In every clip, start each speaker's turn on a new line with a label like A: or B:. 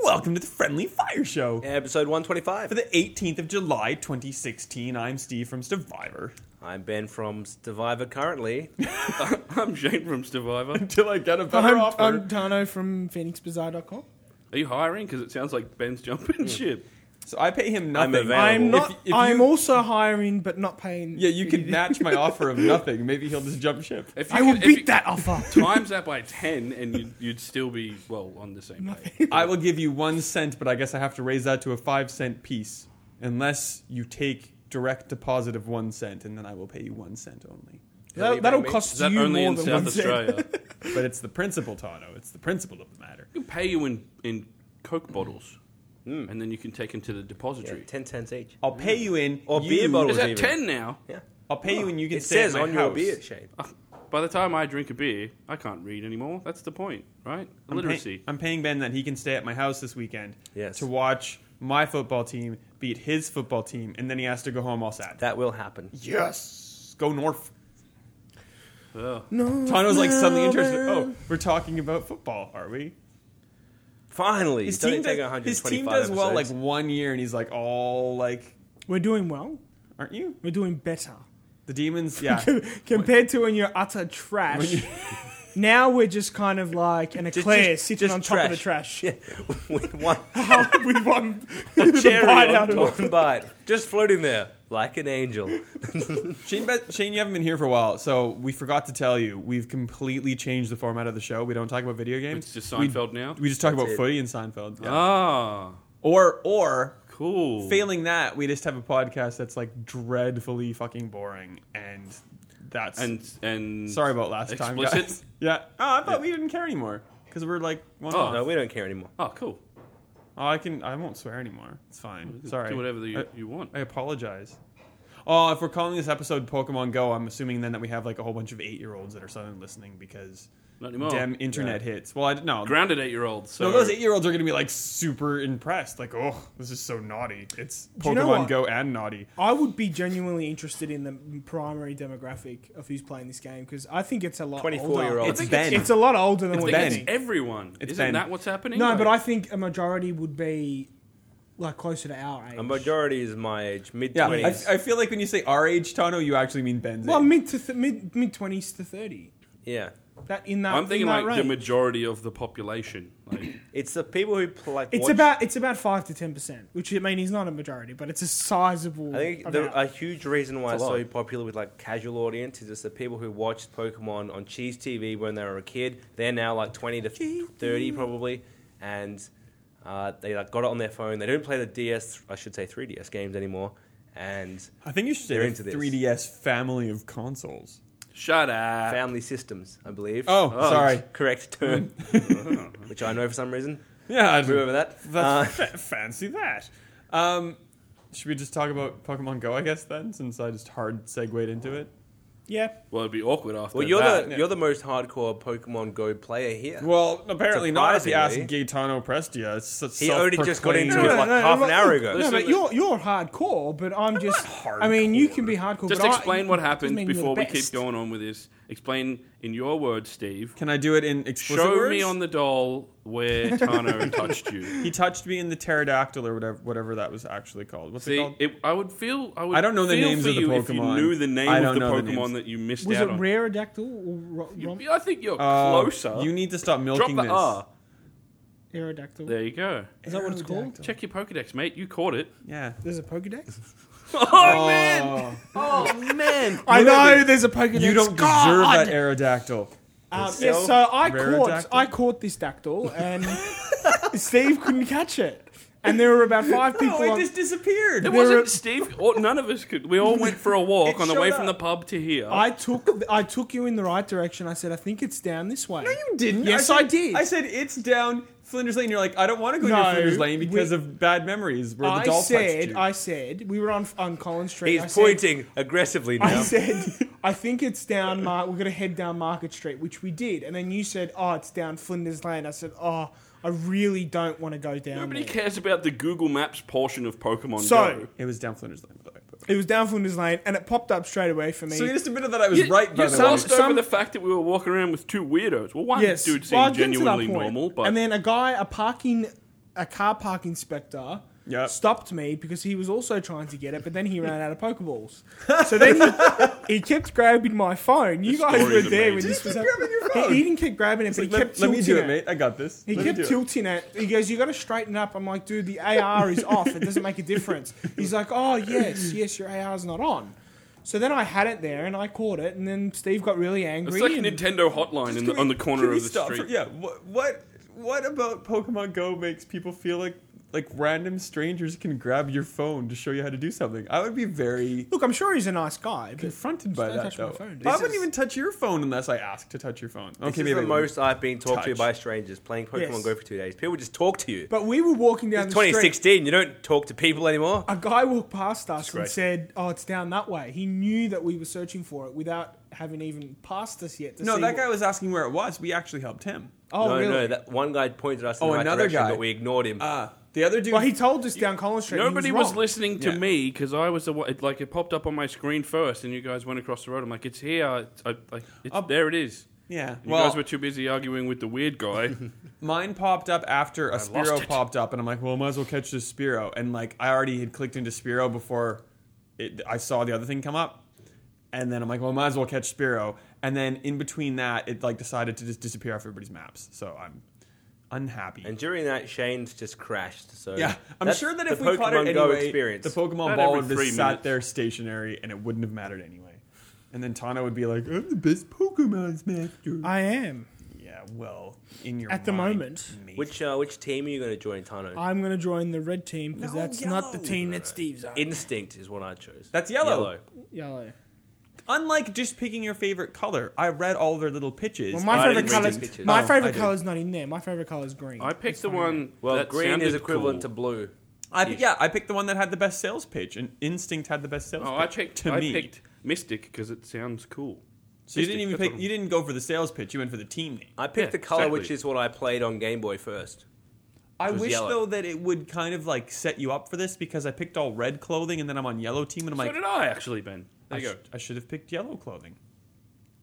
A: Welcome to the Friendly Fire Show
B: Episode 125.
A: for the 18th of July 2016. I'm Steve from Survivor.
B: I'm Ben from Survivor currently.
C: I'm Shane from Survivor.
A: Until I get a better
D: I'm,
A: offer.
D: I'm Tano from PhoenixBazaar.com.
C: Are you hiring? Because it sounds like Ben's jumping ship.
A: so I pay him nothing.
B: available.
D: I'm
B: Well,
D: not.
A: If- if
D: I'm
A: you-
D: also hiring, but not paying.
A: Yeah, you could match my offer of nothing. Maybe he'll just jump ship.
C: If
D: I will
C: could- if
D: beat that offer.
C: Times that by ten, and you'd, you'd still be well on the same page.
A: I will give you one cent, but I guess I have to raise that to a five cent piece. Unless you take direct deposit of one cent, and then I will pay you one cent only.
B: Really,
D: That, that'll
B: mate?
D: cost
C: Is that
D: you
C: only
D: more
C: in
D: than
C: South
D: one cent.
C: Australia?
A: But it's the principle, Tano. It's the principle of the matter.
C: We can pay you in in Coke bottles, and then you can take them to the depository.
B: 10 cents each.
A: I'll pay you in
B: Or
A: you-
B: beer bottles.
C: Is that
B: even.
C: ten now? Uh,
B: Yeah.
A: I'll pay you, and you can
B: It
A: stay at
B: says
A: my
B: on your
A: house. Oh.
B: beer, Shane.
C: By the time I drink a beer, I can't read anymore. That's the point, right?
A: I'm pay-
C: Literacy.
A: I'm paying Ben that he can stay at my house this weekend
B: Yes.
A: to watch my football team beat his football team, and then he has to go home all sad.
B: That will happen.
A: yes, go north.
C: Ugh.
A: Tano's like suddenly interested. Oh, we're talking about football, are we?
B: Finally.
A: His
B: it doesn't
A: team,
B: take
A: does, his team
B: 125
A: does well like
B: episodes.
A: one year, and he's like, all like,
D: We're doing well.
A: aren't you?
D: We're doing better
A: The demons, yeah.
D: compared to when you're utter trash. now we're just kind of like an
B: Just-
D: eclair
B: just-
D: sitting
B: just
D: on top of the trash
B: Yeah. With one
D: with one with a
B: cherry
D: bite
B: on
D: out of it.
B: one bite. Just floating there like an angel.
A: Shane, Be- Shane, you haven't been here for a while, so we forgot to tell you we've completely changed the format of the show. We don't talk about video games.
C: It's just
A: We-
C: Seinfeld now?
A: We just talk about
B: it.
A: footy and Seinfeld.
C: Ah,
A: Or, or
C: cool.
A: failing that, we just have a podcast that's like dreadfully fucking boring, and that's
C: and and
A: sorry about last time,
C: explicit?
A: guys. Yeah. Oh, I thought we didn't care anymore because we're like one
C: Oh,
A: off.
B: No, we don't care anymore.
C: Oh, cool.
A: Oh, I can. I won't swear anymore. It's fine. Sorry. Uh,
C: Do whatever you,
A: I,
C: you want.
A: I apologize. Oh, if we're calling this episode Pokemon Go, I'm assuming then that we have like a whole bunch of eight-year-olds that are suddenly listening because
C: Not anymore.
A: damn internet hits. Well, I no.
C: Grounded eight-year-old. So
A: no, those eight-year-olds are going to be like super impressed. Like, oh, this is so naughty. It's
D: you
A: Pokemon
D: know what?
A: Go and naughty.
D: I would be genuinely interested in the primary demographic of who's playing this game because I think it's a lot
B: 24
D: older.
B: year old.
A: It's
C: think
A: Ben.
D: It's a lot older than
A: It's
D: we
C: I
A: Ben.
C: think
D: think.
C: it's everyone.
A: It's
C: Isn't
A: Ben.
C: that what's happening?
D: No, but I think a majority would be like closer to our age.
B: A majority is my age, mid
A: Yeah,
B: 20s.
A: I, I feel like when you say our age, Tano, you actually mean Ben's
D: well,
A: age.
D: mid to th- mid mid twenties to thirty.
B: yeah.
D: That in that.
C: I'm thinking
D: in that
C: like the
D: range.
C: majority of the population. Like,
B: It's the people who pl- like
D: It's
B: watch-
D: about it's about five to ten percent, which I mean is not a majority, but it's a sizable.
B: I think
D: amount.
B: the, a huge reason why
A: It's
B: it's
A: a lot.
B: so popular with like casual audience is just the people who watched Pokemon on Cheese TV when they were a kid. They're now like twenty to thirty probably, and uh, they like got it on their phone. They don't play the DS, I should say 3DS games anymore, and
A: I think you should say
B: They're
A: the
B: into this.
A: 3DS family of consoles.
C: shut up.
B: family systems, I believe.
A: Uh, Oh, sorry.
B: correct term, which I know for some reason.
A: Yeah, I
B: Remember that? Uh,
A: That's fa- fancy that. Um, should we just talk about Pokemon Go, I guess, then, since I just hard segued into it?
D: yeah,
C: Well, it'd be awkward after
B: Well, you're
C: that.
B: the you're the most hardcore Pokemon Go player here.
A: Well, apparently not if you ask
B: Surprisingly.
A: Gaetano Prestia. s-
B: He already just got into
A: self-proclaimed-
B: it like
D: no, no,
B: half
D: no,
B: an
D: no,
B: hour
D: no,
B: ago.
D: No,
C: Listen,
D: but you're you're hardcore, but I'm just.
A: not
D: I mean, you
A: hardcore.
D: can be hardcore.
C: Just
D: but I-
C: explain what
D: doesn't
C: happened
D: mean you're
C: before
D: the
C: we keep
D: best.
C: going on with this. Explain in your words, Steve.
A: Can I do it in explicit
C: Show
A: words?
C: me on the doll where Tano touched you.
A: He touched me in the pterodactyl or whatever, whatever that was actually called. What's it
C: See,
A: called?
C: it, I would feel. I, would
A: I don't know the
C: feel
A: names
C: for
A: of the
C: you If you
A: Pokemon.
C: knew the name
A: I
C: of
A: don't
C: the
A: know the
C: Pokemon
A: names.
C: that you missed
D: Was
C: out
D: it
C: on.
D: Rarodactyl or ro-
C: You-
D: rom-
C: I think you're
A: Uh,
C: closer.
A: You need to stop
C: Drop
A: milking
C: the
A: this.
C: R.
D: Aerodactyl?
C: There you go.
D: Is that what it's called?
A: Aerodactyl.
C: Check your Pokedex, mate. You caught it.
A: Yeah.
D: There's a Pokedex.
C: Oh, man!
A: Oh,
C: Oh man!
D: I know there's a Pokedex.
A: you don't deserve
D: God!
A: that aerodactyl.
D: Um,
B: So-
D: yeah, so I
A: Rarodactyl.
D: caught, I caught this dactyl, and Steve couldn't catch it. And there were about five people. on,
A: disappeared.
C: It wasn't Steve. Or none of us could. We all went for a walk
A: It
C: on the
A: showed
C: way from the
A: up.
C: pub to here.
D: I took, I took you in the right direction. I said, I think it's down this way. No,
A: You didn't.
D: Yes,
A: said-
D: I did.
A: I said it's down Flinders Lane. You're like, I don't want to go near
D: No,
A: Flinders Lane because
D: we-
A: of bad memories where the
D: I
A: doll touched
D: said,
A: you.
D: I said, we were on on Collins Street.
B: He's
D: I said-
B: pointing aggressively now.
D: I said, I think it's down. Mar- we're gonna head down Market Street, which we did. And then you said, oh, it's down Flinders Lane. I said, oh, I really don't want to go down.
C: Nobody
D: there.
C: cares about the Google Maps portion of Pokemon
D: So-
C: Go.
A: It was down Flinders Lane, by the way.
D: It was down Flinders Lane, and it popped up straight away for me.
A: So you just admitted that I was
C: You-
A: right, by
C: you
A: the way.
C: glossed
D: Some-
C: over the fact that we were walking around with two weirdos. Well, one
D: yes,
C: dude
D: well,
C: seemed
D: I'll get to that
C: genuinely
D: point.
C: normal, but
D: and then a guy, a parking, a car park inspector,
A: Yep.
D: stopped me because he was also trying to get it, but then he ran out of pokeballs. So then he, he kept grabbing my phone. You
C: The
D: guys
C: story
D: were
C: is
D: there when
C: amazing.
D: this was
A: keep
D: happening.
A: grabbing your
D: He-
A: phone.
D: He, didn't keep grabbing it, but he
A: Let,
D: kept
A: let
D: tilting
A: me do it,
D: it.
A: mate. I got this.
D: He
A: Let me
D: kept
A: do it.
D: tilting it. He goes, "You got to straighten up." I'm like, "Dude, the AR is off. It doesn't make a difference." He's like, "Oh yes, yes, your AR's not on." So then I had it there and I caught it, and then Steve got really angry.
C: it's like a
D: and-
C: Nintendo hotline in
A: Can
C: the,
A: we-
C: on the
A: can
C: corner
A: we
C: of the
A: stop
C: street.
A: for- yeah. What, what what about Pokemon Go makes people feel like like random strangers can grab your phone to show you how to do something? I would be very
D: Look, I'm sure he's a nice guy, but
A: confronted
D: Just
A: by
D: don't
A: that.
D: touch my
A: Though.
D: phone, dude.
A: I
D: This
A: wouldn't
B: is-
A: even touch your phone unless I asked to touch your phone.
B: This
A: Okay,
B: is
A: maybe
B: the most I've been talked to
A: touch.
B: by strangers playing Pokemon
D: Yes.
B: Go for two days. People just talk to you.
D: but we were walking down
B: It's
D: the street.
B: 2016. You don't talk to people anymore.
D: A guy walked past us and
B: Disgraceful.
D: said, "Oh, it's down that way." He knew that we were searching for it without having even passed us yet. To
A: No,
D: see
A: that
D: what-
A: guy was asking where it was. We actually helped him.
D: Oh,
B: no,
D: really?
B: no. That one guy pointed us in
A: Oh,
B: the right
A: another
B: direction,
A: guy.
B: but we ignored him.
A: Ah, the other dude.
D: well, he told us down Collins Street. and he
C: Nobody
D: was,
C: was,
D: wrong.
C: listening to
A: Yeah.
C: me because I was the one. It, like it popped up on my screen first, and you guys went across the road. I'm like, it's here. It's, I, like, it's,
A: Oh.
C: there it is.
A: yeah.
C: You
A: Well,
C: guys were too busy arguing with the weird guy.
A: Mine popped up after a
C: lost
A: Spiro
C: it.
A: popped up, and I'm like, well, I might as well catch this Spiro. And like, I already had clicked into Spiro before it, I saw the other thing come up, and then I'm like, well, I might as well catch Spiro. And then in between that, it like decided to just disappear off everybody's maps. So I'm unhappy.
B: and during that, Shane's just crashed. So
A: yeah, I'm
B: that's
A: sure that
B: the
A: if we caught it
B: Pokemon Go
A: anyway,
B: experience.
A: the Pokemon
C: About
A: ball
C: every
A: would have
C: three
A: just sat
C: minutes.
A: there stationary, and it wouldn't have mattered anyway. And then Tana would be like, I'm the best Pokemon's master.
D: I am.
A: yeah, well, in your
D: At the
A: mind,
D: moment,
A: mate.
B: which uh, which team are you going to join, Tano?
D: I'm going to join the red team because
A: No,
D: that's not the
A: yo.
D: team that Steve's on.
B: Instinct is what I chose.
A: That's yellow.
D: Yellow.
A: Unlike just picking your favorite color, I read all their little pitches.
D: Well,
A: I
D: my favorite
A: didn't
B: color-
A: read
D: color's
A: the
B: pictures.
D: my
A: Oh, I
D: favorite
A: do.
D: color's not in there. My favorite color's green.
C: I picked the one.
B: Well,
C: that
B: green
C: sounded
B: is equivalent to
C: cool.
B: blue.
A: I, yeah, I picked the one that had the best sales pitch, and Instinct had the best sales.
C: Oh,
A: pitch
C: I picked.
A: To
C: I
A: me,
C: picked Mystic because it sounds cool.
A: so you didn't even
C: Mystic,
A: pick.
C: that's
A: You didn't go for the sales pitch. You went for the team name.
B: I picked
C: Yeah,
B: the color,
C: exactly.
B: which is what I played on Game Boy first.
A: I
B: was
A: wish
B: yellow.
A: though that it would kind of like set you up for this because I picked all red clothing, and then I'm on yellow team, and I'm
C: So
A: like,
C: did I actually, Ben.
A: I,
C: There you go.
A: sh- I should have picked yellow clothing.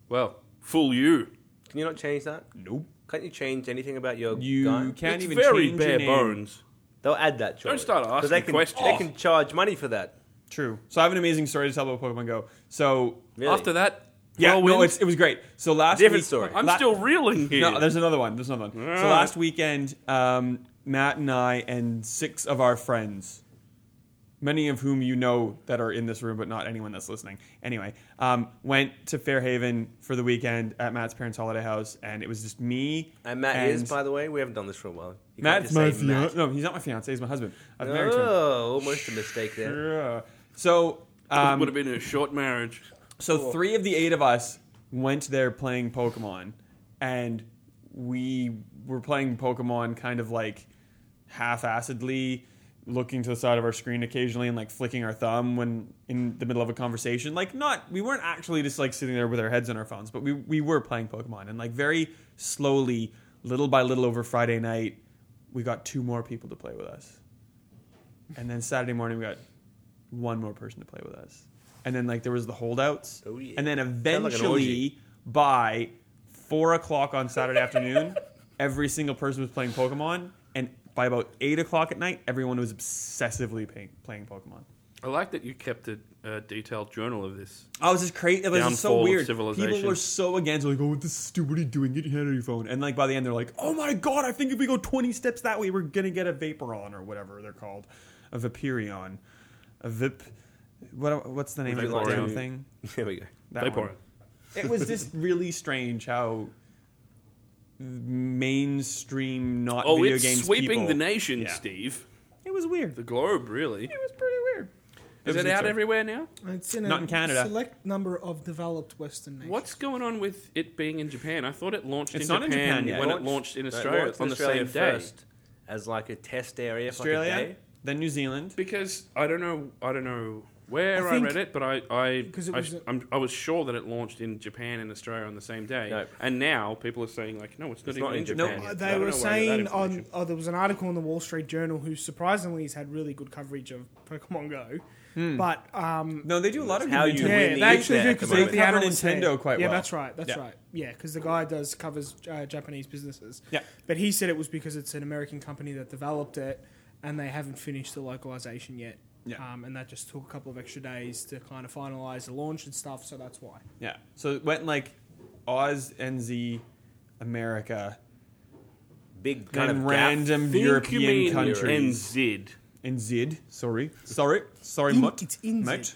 C: Well, fool you.
B: Can you not change that?
A: Nope.
B: Can't you change anything about your
A: You
B: guy?
A: can't
C: it's
A: even
C: very
A: change your
C: bare
A: name.
C: bones.
B: They'll add that. Surely.
C: start
B: 'Cause
C: asking
B: they can,
C: questions.
B: They can charge money for that.
A: True. So I have an amazing story to tell about Pokemon Go. So
B: Really?
C: After that,
A: yeah,
C: whirlwind,
A: no, it's, it was great. So last
B: Different
A: week-
B: story.
C: I'm
A: la-
C: still reeling here.
A: No, there's another one. There's another one. So
C: Ah.
A: last weekend, um, Matt and I and six of our friends, many of whom you know that are in this room, but not anyone that's listening. Anyway, um, went to Fairhaven for the weekend at Matt's parents' holiday house, and it was just me
B: And Matt is, by the way, we haven't done this for a while. You can't
A: Matt's
B: just
A: my
B: say
A: fiance. No, he's not my fiance. He's my husband. I've married to
B: Oh, almost a mistake there.
A: him. So um,
C: would have been a short marriage.
A: So three of the eight of us went there playing Pokemon, and we were playing Pokemon kind of like half-assedly, looking to the side of our screen occasionally and like flicking our thumb when in the middle of a conversation. Like not, we weren't actually just like sitting there with our heads on our phones, but we we were playing Pokemon and like very slowly, little by little over Friday night, we got two more people to play with us, and then Saturday morning we got one more person to play with us. And then like there was the holdouts.
B: Oh, yeah.
A: And then
B: like an
A: eventually by four o'clock on Saturday afternoon, every single person was playing Pokemon. And by about eight o'clock at night, everyone was obsessively paying, playing Pokemon.
C: I like that you kept a uh, detailed journal of this.
A: I was just crazy. It was just so
C: Downfall of
A: weird. People
C: civilization.
A: were so against, like, oh, this is stupid. What are you doing? Get your hand on your phone. And, like, by the end, they're like, oh my God, I think if we go 20 steps that way, we're going to get a Vaporon or whatever they're called. A Vaporeon. A Vip. What, what's the name of the
B: Vaporeon.
A: damn thing?
B: There we go.
A: That
C: They
A: one.
C: pour it.
A: It was just really strange how mainstream, not
C: Oh,
A: video
C: it's
A: games
C: sweeping
A: people-
C: the nation,
A: Yeah.
C: Steve.
A: It was weird.
C: The globe, really.
A: It was pretty weird.
C: Is it
A: was
C: out
A: absurd.
C: everywhere now?
D: It's in
A: Not
D: a
A: in Canada.
D: select number of developed Western nations.
C: What's going on with it being in Japan? I thought it launched
A: It's
C: in,
A: not in
C: Japan
A: Japan yet.
C: when it
B: Launched-
C: launched in
B: no, it
C: Australia
B: launched in
C: on the
B: Australia
C: same day.
B: first as like a test area. for like a
A: Australia,
B: day.
A: then New Zealand.
C: Because I don't know, I don't know where
D: I
C: I,
D: think-
C: read it, but I I,
D: 'Cause it
C: I,
D: was a-
C: am I was sure that it launched in Japan and Australia on the same day.
B: No.
C: And now people are saying like, no, it's not
B: It's
C: even
B: not in
C: in
B: Japan
C: Japan.
B: yet.
C: yet. I
D: Uh, They
C: don't know
D: were
C: where you got
D: saying
C: that
D: on
C: information.
D: oh, there was an article in the Wall Street Journal who surprisingly has had really good coverage of Pokemon Go, but um,
A: No, they do a lot of
B: How
A: good
B: you
A: retail.
B: win
D: yeah,
B: the
D: they actually
B: internet
D: do
B: at the
D: because
A: moment.
D: the
A: They cover
D: analyst said-
A: Nintendo quite
D: Yeah,
A: well.
D: that's right. That's
A: Yeah.
D: right. Yeah, because the guy does covers uh, Japanese businesses.
A: Yeah.
D: but he said it was because it's an American company that developed it, and they haven't finished the localization yet.
A: Yeah.
D: Um, and that just took a couple of extra days to kind of finalize the launch and stuff. So that's why.
A: Yeah. So it went like Oz, NZ, America,
B: Big
A: and
B: kind of random.
A: random
C: Think you
A: European
C: mean
A: countries.
C: NZ.
A: NZ. Sorry. Sorry. Sorry,
D: In-
A: mutt.
D: it's NZ.
A: Mate.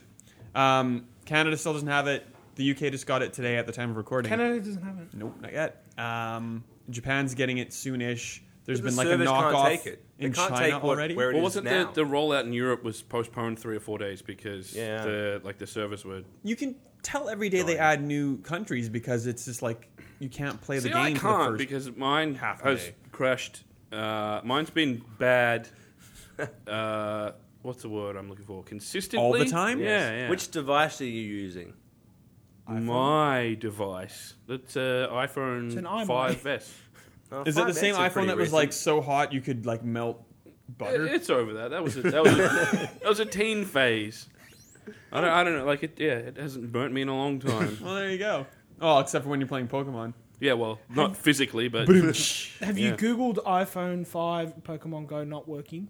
A: Um, Canada still doesn't have it. The UK just got it today at the time of recording.
D: Canada doesn't have it.
A: Nope, not yet. Um, Japan's getting it soonish. There's
B: But
A: been
B: the
A: like a
B: service can't
A: knockoff
B: take it. They
A: in
B: can't
A: China
B: take what-
A: already.
B: where it
C: Well,
B: is
C: wasn't the,
B: now.
C: the rollout in Europe was postponed three or four days because
B: Yeah.
C: the like the servers were.
A: you can tell every day they add new countries because it's just like you can't play
C: See,
A: the game
C: I
A: for the
C: can't
A: first.
C: because mine
A: half a
C: has
A: day.
C: crashed. Uh, mine's been bad. uh, what's the word I'm looking for? Consistently
A: All the time?
C: Yeah,
A: Yes.
C: yeah.
B: Which device are you using?
C: my device? That's uh, iPhone
D: It's an iMi.
C: 5s.
B: Oh,
A: Is it the
B: 5S
A: same
B: is
A: iPhone
B: pretty
A: that was
B: recent.
A: like so hot you could like melt butter?
C: It- It's over that. That was a, that was a, that was a teen phase. I don't, I don't know. Like it, yeah, it hasn't burnt me in a long time.
A: well, there you go. Oh, except for when you're playing Pokemon.
C: yeah, well, not physically, but
D: Have you
C: Yeah.
D: Googled iPhone 5 Pokemon Go not working?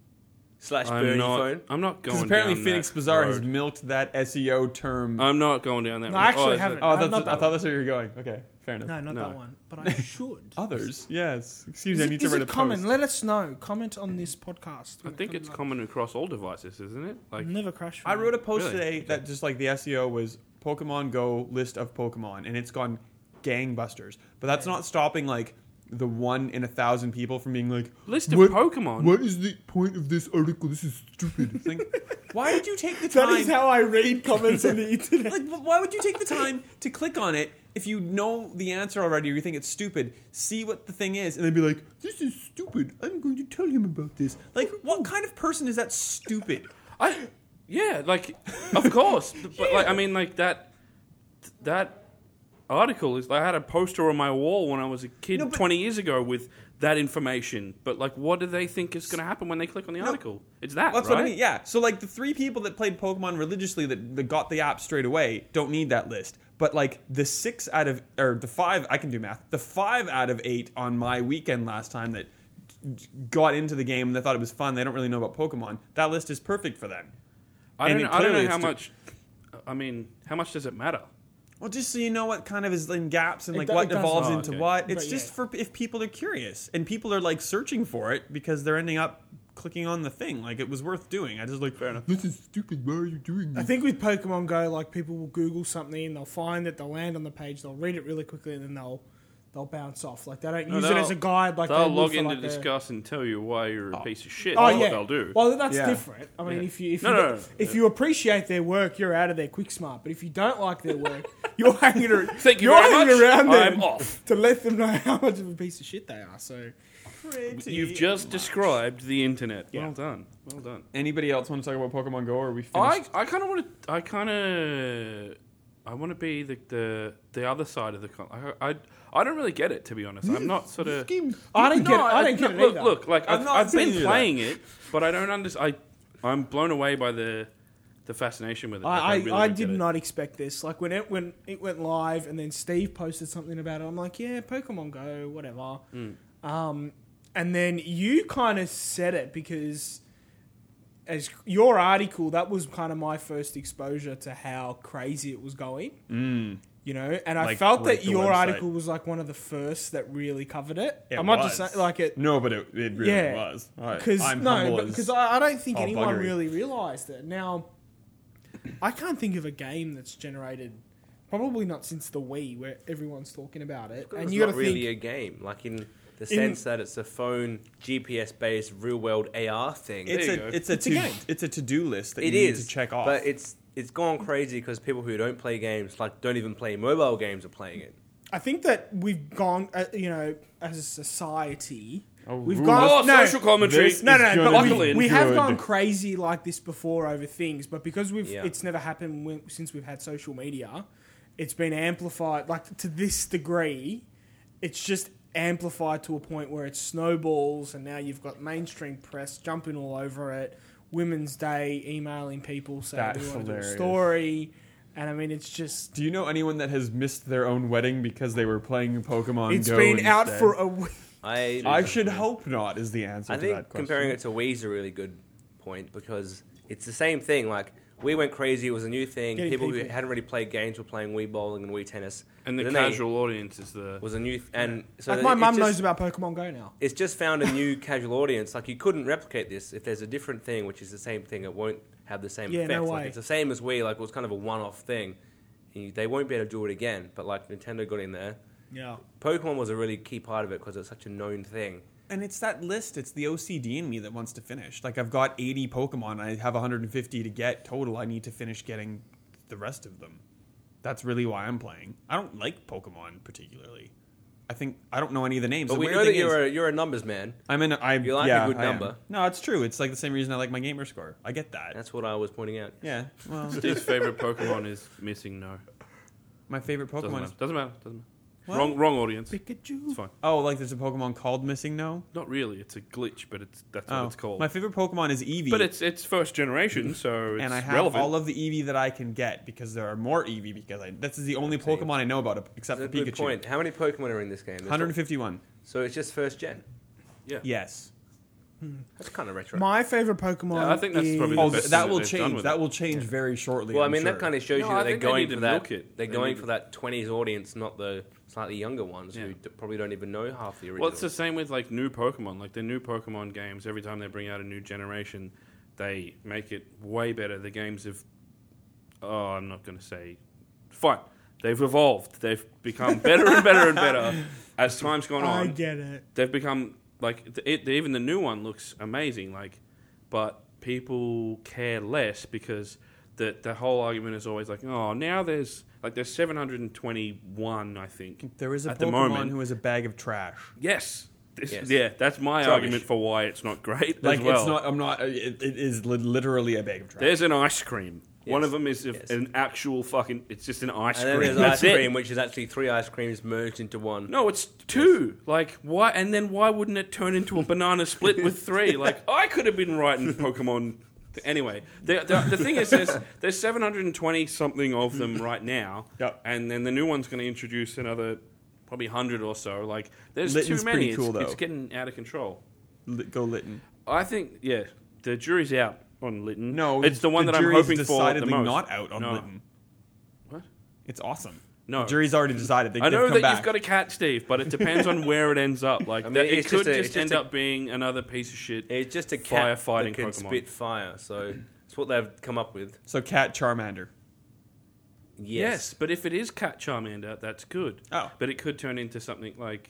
B: slash burn
C: I'm
B: your
C: not.
B: phone?
C: I'm not
A: Because
C: going.
A: apparently
C: down
A: Phoenix
C: that
A: Bazaar has
C: road. Uh,
A: milked that SEO term.
C: I'm not going down that.
D: No,
C: road.
D: I actually
C: is it-
D: haven't.
A: oh,
D: I'm
A: that's,
D: not that
A: I thought that's where you're going. Okay, fair enough.
D: No, not
C: No.
D: that one. But I should.
A: Others, yes. Excuse
D: Is
A: me, I
D: it,
A: need
D: is
A: to write
D: it
A: a
D: common?
A: post.
D: Let us know. Comment on this podcast.
C: I
D: when it
C: think
D: comes
C: it's
D: up.
C: common across all devices, isn't it? Like,
D: Never crash.
A: I wrote a post
C: Really?
A: today that just like the SEO was Pokemon Go list of Pokemon, and it's gone gangbusters. But that's not stopping like the one in a thousand people from being like,
C: List of
A: "What-
C: Pokemon?
A: What is the point of this article? This is stupid. It's like, why did you take the
D: That
A: time?
D: is how I read comments on the internet.
A: like, wh- why would you take the time to click on it if you know the answer already or you think it's stupid? See what the thing is, and then be like, "This is stupid. I'm going to tell him about this." Like, what kind of person is that stupid?
C: I, yeah, like, of course. But like, I mean, like that, that article is. I had a poster on my wall when I was a kid,
A: No, but-
C: twenty years ago, with that information. But like, what do they think is going to happen when they click on the article? It's that,
A: That's
C: right?
A: what I mean. Yeah. So like the three people that played Pokemon religiously that, that got the app straight away don't need that list. But like the six out of or the five, I can do math. The five out of eight on my weekend last time that got into the game and they thought it was fun. They don't really know about Pokemon. That list is perfect for them.
C: I don't,
A: And
C: know, I don't
A: clearly
C: know how
A: it's ju-
C: much. I mean, how much does it matter?
A: Well, just so you know what kind of is in gaps and
D: It
A: like
D: do-
A: what
D: it does-
A: evolves
C: Oh,
A: into
C: okay.
A: what. It's
D: But
A: just
D: yeah.
A: for if people are curious and people are like searching for it because they're ending up clicking on the thing. Like it was worth doing. I just like fair enough.
E: This is stupid. Why are you doing
D: I
E: this?
D: think with Pokemon Go, like people will Google something and they'll find it, they'll land on the page, they'll read it really quickly, and then they'll they'll bounce off. Like they don't
C: No,
D: use it
C: they'll-
D: as a guide. Like
C: they'll
D: they would
C: log
D: for,
C: in
D: like,
C: to
D: their-
C: discuss and tell you why you're a piece of shit.
D: Oh
C: That's
D: yeah,
C: what they'll do.
D: Well, that's
A: Yeah.
D: different. I mean,
C: Yeah.
D: if you if
C: No,
D: you,
C: no,
D: don't-
C: no, no.
D: if you appreciate their work, you're out of there quick smart. But if you don't like their work, you're hanging around.
C: Thank you
D: are
C: very
D: hanging
C: much.
D: around them
C: I'm off.
D: to let them know how much of a piece of shit they are. So
C: You've just described the internet.
A: Yeah.
C: Well done. Well done.
A: Anybody else want to talk about Pokemon Go? Or are we finished?
C: I, I kind of want to. I kind of. I want to be the, the the other side of the. Con- I, I I don't really get it to be honest. I'm not sort of.
D: I don't
C: No,
D: get. It. I don't get it
C: look,
D: either.
C: look, like
A: I'm
C: I've,
A: not
C: I've
A: saying
C: been
A: you
C: playing it, but I don't understand. I I'm blown away by the the fascination with it. Like,
D: I, I,
C: really
D: I
C: don't
D: did
C: get it.
D: not expect this. Like when it when it went live, and then Steve posted something about it. I'm like, yeah, Pokemon Go, whatever.
C: Hmm.
D: Um, and then you kind of said it because as your article, that was kind of my first exposure to how crazy it was going. You know, and I
A: Like,
D: felt
A: like
D: that
A: the
D: your
A: website.
D: article was like one of the first that really covered it.
A: It
D: I'm not just
A: was.
D: saying like it.
A: No, but it, it really
D: Yeah.
A: was.
D: Because no, because I, I don't think
A: all
D: anyone
A: buggery.
D: really realised it. Now, I can't think of a game that's generated probably not since the Wii where everyone's talking about it.
B: It's
D: and you
B: not
D: got to
B: really
D: think
B: a game, like in the sense that it's a phone GPS-based real-world AR thing.
A: it's
C: There
A: a
C: you go.
A: it's a
D: It's a
A: to,
D: game.
A: it's a to do list that
B: It
A: you
B: is,
A: need to check off.
B: but it's it's gone crazy because people who don't play games, like don't even play mobile games, are playing it.
D: I think that we've gone, uh, you know, as a society, We've
A: Ooh.
D: gone-
C: Oh,
D: No.
C: social commentary.
A: This-
D: No, no,
A: It's
D: no.
A: gonna
D: But we,
C: be
D: we have
A: good.
D: gone crazy like this before over things, but because we've
B: Yeah.
D: it's never happened when, since we've had social media, it's been amplified like to this degree. It's just amplified to a point where it snowballs, and now you've got mainstream press jumping all over it. Women's Day emailing people saying
A: That's
D: we want to do a
A: hilarious.
D: story, and I mean it's just
A: Do you know anyone that has missed their own wedding because they were playing Pokemon
D: it's
A: Go?
D: been out
A: instead?
D: for a week.
B: I
A: I should hope not. Is the answer
B: I
A: to
B: think
A: that question?
B: comparing it to Wii is a really good point because it's the same thing. Like we went crazy; it was a new thing.
D: Getting
B: People, who
D: people.
B: hadn't really played games were playing Wii bowling and Wii tennis,
C: And the
B: Then they-
C: casual audience is the.
B: was a new th- and so
D: like my
B: it
D: mum
B: just-
D: knows about Pokemon Go now.
B: It's just found a new casual audience. Like you couldn't replicate this if there's a different thing, which is the same thing. It won't have the same
D: Yeah,
B: effect.
D: no
B: like
D: way.
B: it's the same as Wii. Like it was kind of a one-off thing. You, they won't be able to do it again. But like Nintendo got in there.
D: Yeah.
B: Pokemon was a really key part of it because it's such a known thing.
A: And it's that list. It's the OCD in me that wants to finish. Like I've got 80 Pokemon. I have 150 to get total. I need to finish getting the rest of them. That's really why I'm playing. I don't like Pokemon particularly. I think I don't know any of the names.
B: But
A: The
B: we
A: weird
B: know that
A: thing is-
B: you're a, you're a numbers man.
A: I'm in. I
B: You like a
A: yeah,
B: good
A: I am.
B: number.
A: No, it's true. It's like the same reason I like my gamer score. I get that.
B: That's what I was pointing out.
A: yeah. Well,
C: Steve's favorite Pokemon is missing. No,
A: my favorite
C: doesn't
A: Pokemon.
C: matter.
A: Is,
C: Doesn't matter. Doesn't matter.
A: What?
C: Wrong, wrong audience. It's
D: Pikachu.
C: fine.
A: oh, like there's a Pokemon called Missing No.
C: Not really. It's a glitch, but it's that's
A: Oh,
C: what it's called.
A: My favorite Pokemon is Eevee.
C: but it's it's first generation, so it's
A: and I have
C: relevant.
A: all of the Eevee that I can get because there are more Eevee because I, this is the only
B: Okay.
A: Pokemon I know about except
B: That's
A: for
B: a good
A: Pikachu.
B: point. How many Pokemon are in this game? There's
A: 151.
B: not- So it's just first gen.
A: Yes.
B: That's kind of retro.
D: My favorite Pokemon.
C: Yeah, I think that's
D: is-
C: probably the
A: Oh,
C: best
A: that
C: thing
A: will
C: they've done
A: change.
C: with
A: That
C: it.
A: will change very shortly.
B: well, I
A: I'm
B: mean,
A: sure.
B: that kind of shows
C: No,
B: you
C: I
B: that they're
C: think they
B: going
C: need to
B: for that.
C: milk it.
B: They're
C: They
B: going
C: need
B: for
C: to-
B: that 20s audience, not the slightly younger ones who
C: Yeah.
B: d- probably don't even know half the original.
C: Well, it's the same with like new Pokemon. Like the new Pokemon games, every time they bring out a new generation, they make it way better. The games have, oh, I'm not going to say, fine. They've evolved. They've become better and better and better as time's gone
D: I
C: on.
D: get it.
C: They've become like the, it, the, even the new one looks amazing. Like, but people care less because the the whole argument is always like, oh, now there's like there's 721, I think.
A: there is a
C: at the
A: Pokemon
C: moment-
A: who is a bag of trash.
C: Yes. This,
B: Yes.
C: Yeah, that's my
B: It's
C: argument
B: rubbish.
C: for why it's not great.
A: Like
C: as well.
A: it's not. I'm not. It, it is li- literally a bag of trash.
C: There's an ice cream. One
B: Yes.
C: of them is a,
B: Yes.
C: an actual fucking. It's just an ice
B: and then
C: cream.
B: there's ice
C: That's it.
B: cream, which is actually three ice creams merged into one.
C: No, it's two. Like why? And then why wouldn't it turn into a banana split with three? Like I could have been right in Pokemon. Anyway, the, the, the thing is, there's, there's 720 something of them right now,
A: Yep.
C: and then the new one's going to introduce another probably hundred or so. Like there's
A: Litten's
C: too many.
A: pretty cool,
C: it's,
A: though.
C: it's getting out of control.
A: Li- Go Litten.
C: I think yeah, the jury's out on Lytton.
A: No,
C: it's the one that I'm
A: jury's
C: hoping for the
A: decidedly
C: most.
A: Not out on
C: No.
A: Litten.
C: What?
A: It's awesome.
C: No.
A: the jury's already decided. They,
C: I know
A: they've come
C: that
A: back.
C: you've got a cat, Steve, but it depends on where it ends up. Like
B: I mean,
C: that, it
B: it's
C: could
B: just a-
C: just,
B: it's just
C: end
B: a-
C: up being another piece of shit.
B: It's just a cat
C: Firefighting
B: that can
C: Pokemon.
B: spit fire. So it's what they've come up with.
A: So Cat Charmander.
C: yes.
B: Yes.
C: but if it is Cat Charmander, that's good.
A: Oh.
C: but it could turn into something like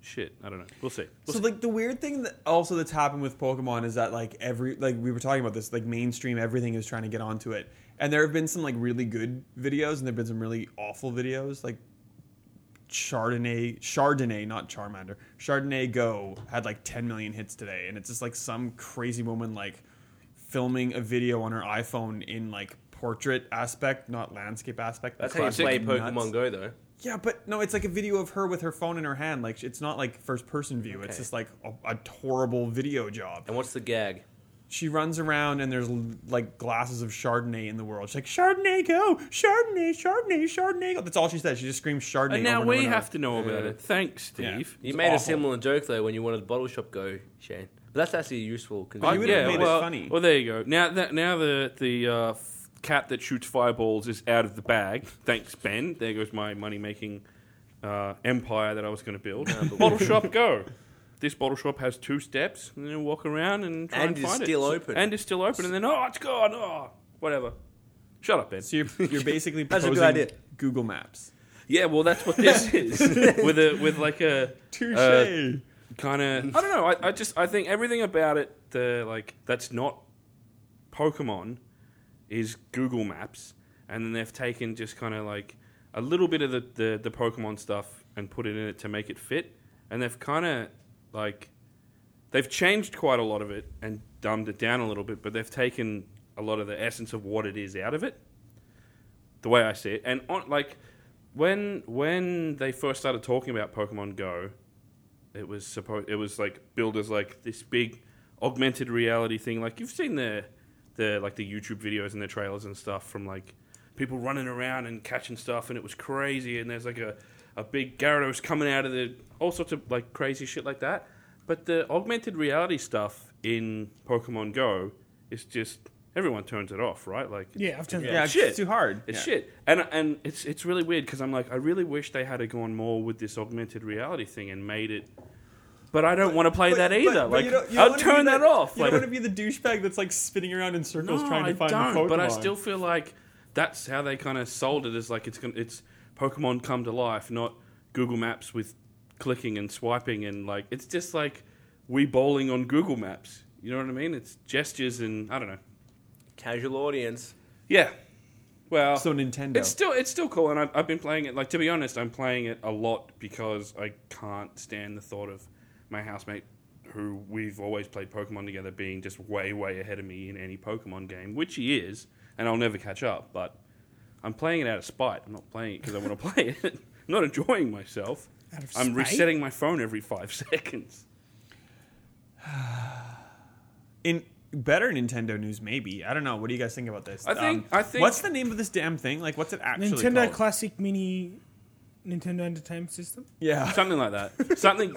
C: shit. I don't know. We'll see. We'll
A: So like the weird thing that also that's happened with Pokemon is that like every like we were talking about this like mainstream everything is trying to get onto it, and there have been some like really good videos and there've been some really awful videos like Chardonnay Chardonnay not Charmander Chardonnay Go had like 10 million hits today, and it's just like some crazy woman like filming a video on her iPhone in like portrait aspect, not landscape aspect.
B: That's how you play
A: Classic
B: Pokemon
A: nuts.
B: Go, though.
A: Yeah, but no, it's like a video of her with her phone in her hand. Like it's not like first person view. It's
B: Okay.
A: just like a, a horrible video job.
B: And what's the gag?
A: She runs around and there's l- like glasses of Chardonnay in the world. She's like Chardonnay go, Chardonnay, Chardonnay, Chardonnay. go." That's all she says. She just screams Chardonnay.
C: and now
A: over and over
C: we
A: and over.
C: have to know about
B: Yeah.
C: it. Thanks,
A: Yeah.
C: Steve.
B: You
A: It's
B: made a
A: awful.
B: similar joke though when you wanted Bottle Shop Go, Shane. But that's actually useful.
A: But you
C: Uh,
A: would
C: yeah,
A: have made it
C: well,
A: funny.
C: Well, there you go. Now that now the the uh, f- cat that shoots fireballs is out of the bag. Thanks, Ben. There goes my money making uh, empire that I was going to build. bottle shop, go. This bottle shop has two steps, and you walk around and try
B: And
C: and
B: is
C: find
B: still
C: it.
B: open.
C: And it's still open, and then oh, it's gone. Oh, whatever. Shut up, Ben.
A: So you're, you're basically
B: That's a
A: proposing
B: good idea.
A: Google Maps.
C: Yeah, well, that's what this is with a with like a
A: Touche.
C: uh, kind of. I don't know. I, I just I think everything about it, the like that's not Pokemon, is Google Maps, and then they've taken just kind of like a little bit of the, the the Pokemon stuff and put it in it to make it fit, and they've kind of Like, they've changed quite a lot of it and dumbed it down a little bit, but they've taken a lot of the essence of what it is out of it. The way I see it, and on like when when they first started talking about Pokemon Go, it was supposed it was like billed as like this big augmented reality thing. Like you've seen the the like the YouTube videos and the trailers and stuff from like people running around and catching stuff, and it was crazy. And there's like a a big Gyarados coming out of the all sorts of like crazy shit like that. But the augmented reality stuff in Pokemon Go is just everyone turns it off, right? Like it's-
D: Yeah, I've turned
A: Yeah,
D: yeah.
A: it's
C: shit.
A: too hard.
C: it's
A: Yeah.
C: shit, and and it's it's really weird because I'm like, I really wish they had gone more with this augmented reality thing and made it. But I don't want to play
A: But-
C: that
A: but-
C: either.
A: but
C: like,
A: you don't- you don't
C: I'll
A: wanna
C: turn
A: be
C: that
A: the-
C: off.
A: You
C: like,
A: don't want to be the douchebag that's like spinning around in circles trying to find
C: I
A: the Pokemon.
C: don't, But I still feel like that's how they kind of sold it as like it's gonna, it's Pokemon come to life, not Google Maps with clicking and swiping and like it's just like we bowling on Google Maps. You know what I mean? It's gestures and I don't know.
B: Casual audience.
C: Yeah. Well,
A: so Nintendo.
C: it's still it's still cool, and I've, I've been playing it. Like to be honest, I'm playing it a lot because I can't stand the thought of my housemate, who we've always played Pokemon together, being just way way ahead of me in any Pokemon game, which he is, and I'll never catch up. But I'm playing it out of spite. I'm not playing it because I want to play it. I'm not enjoying myself.
D: Out of
C: I'm
D: spite?
C: resetting my phone every five seconds.
A: in better Nintendo news, maybe. I don't know. What do you guys think about this? Um,
C: I think- I think-
A: What's the name of this damn thing? Like, what's it actually
D: Nintendo
A: called?
D: Classic Mini Nintendo Entertainment System.
A: yeah.
C: Something like that. Something.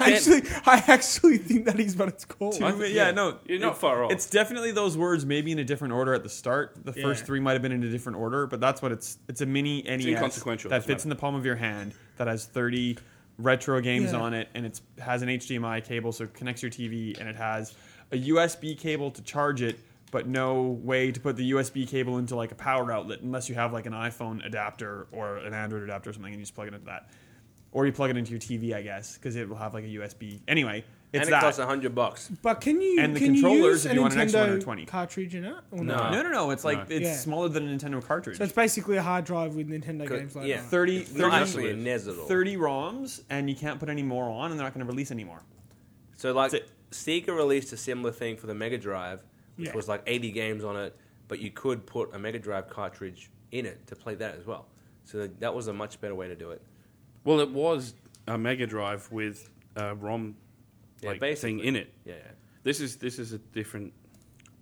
D: Actually, I actually think that is what it's called.
A: Two- yeah, no,
C: You're not
A: it's-
C: far off.
A: It's definitely those words, maybe in a different order at the start. The first
D: Yeah.
A: three might have been in a different order, but that's what it's. It's a mini NES
C: inconsequential,
A: that
C: doesn't
A: fits in the palm of your hand that has thirty retro games
D: Yeah.
A: on it, and it has an HDMI cable, so it connects your TV, and it has a USB cable to charge it, but no way to put the USB cable into like a power outlet unless you have like an iPhone adapter or an Android adapter or something, and you just plug it into that, or you plug it into your TV, I guess, because it will have like a USB. Anyway. It's
B: and it
A: that.
B: costs hundred bucks.
D: But can you
A: And the
D: can you
A: controllers,
D: use
A: if
D: a
A: you want an extra
D: Nintendo
A: one, are 20.
D: cartridge in it? Or
B: No.
D: not?
A: No, no, no. It's like
C: No.
A: it's
D: Yeah.
A: smaller than a Nintendo cartridge.
D: So it's basically a hard drive with Nintendo games like
B: yeah,
D: that.
A: 30
B: It's not
A: 30
B: actually a NES at all.
A: 30 ROMs, and you can't put any more on, and they're not going to release any more.
B: So like
A: That's it.
B: Sega released a similar thing for the Mega Drive, which
D: Yeah.
B: was like 80 games on it, but you could put a Mega Drive cartridge in it to play that as well. So that- that was a much better way to do it.
C: Well, it was a Mega Drive with a ROM
B: Yeah,
C: like thing
B: basically.
C: in it.
B: Yeah.
C: This is this is a different.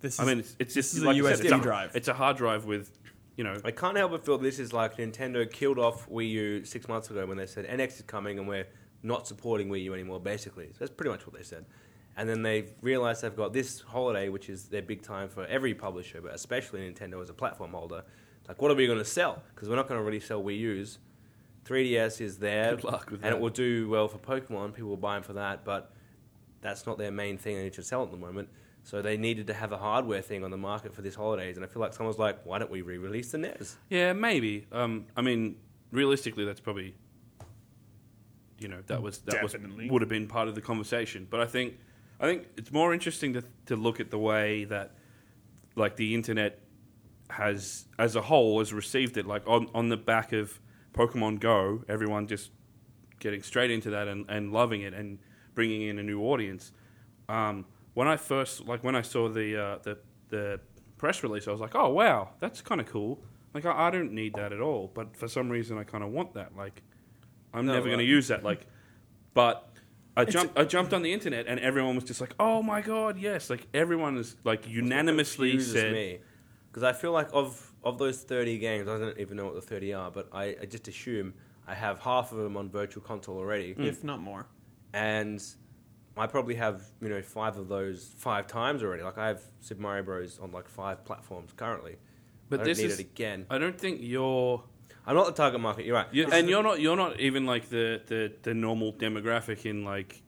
A: This is,
C: I mean, it's, it's
A: this
C: just
A: is a
C: like you said,
A: USB
C: it's a-
A: drive.
C: It's a hard drive with, you know,
B: I can't help but feel this is like Nintendo killed off Wii U six months ago when they said NX is coming and we're not supporting Wii U anymore, basically. So that's pretty much what they said. And then they realized they've got this holiday, which is their big time for every publisher, but especially Nintendo as a platform holder. Like, what are we going to sell? Because we're not going to really sell Wii U's. 3DS is there.
C: Good luck with
B: and
C: that.
B: it will do well for Pokemon. People will buy them for that, but that's not their main thing they need to sell at the moment. So they needed to have a hardware thing on the market for these holidays. And I feel like someone's like, why don't we re release the NES?
C: yeah, maybe. Um, I mean, realistically, that's probably, you know, that was that was,
A: Definitely.
C: would have been part of the conversation. But I think, I think it's more interesting to to look at the way that, like, the internet has as a whole has received it. Like on on the back of Pokemon Go, everyone just getting straight into that and, and loving it and bringing in a new audience. Um, when I first like when I saw the uh, the the press release, I was like, oh wow, that's kind of cool. Like I, I don't need that at all, but for some reason I kind of want that. Like I'm
B: No,
C: never going to
B: right.
C: use that. Like, but. I jumped, I jumped on the internet and everyone was just like, "Oh my god, yes!" Like everyone is like unanimously said,
B: because I feel like of of those thirty games, I don't even know what the thirty are, but I, I just assume I have half of them on Virtual Console already,
C: Hmm.
A: if not more.
B: and I probably have you know five of those five times already. Like I have Super Mario Bros on like five platforms currently.
C: But
B: I don't
C: this
B: need
C: is
B: it again.
C: I don't think you're,
B: I'm not the target market. You're right.
C: you
B: This
C: and
B: is-
C: you're not you're not even like the, the, the normal demographic in like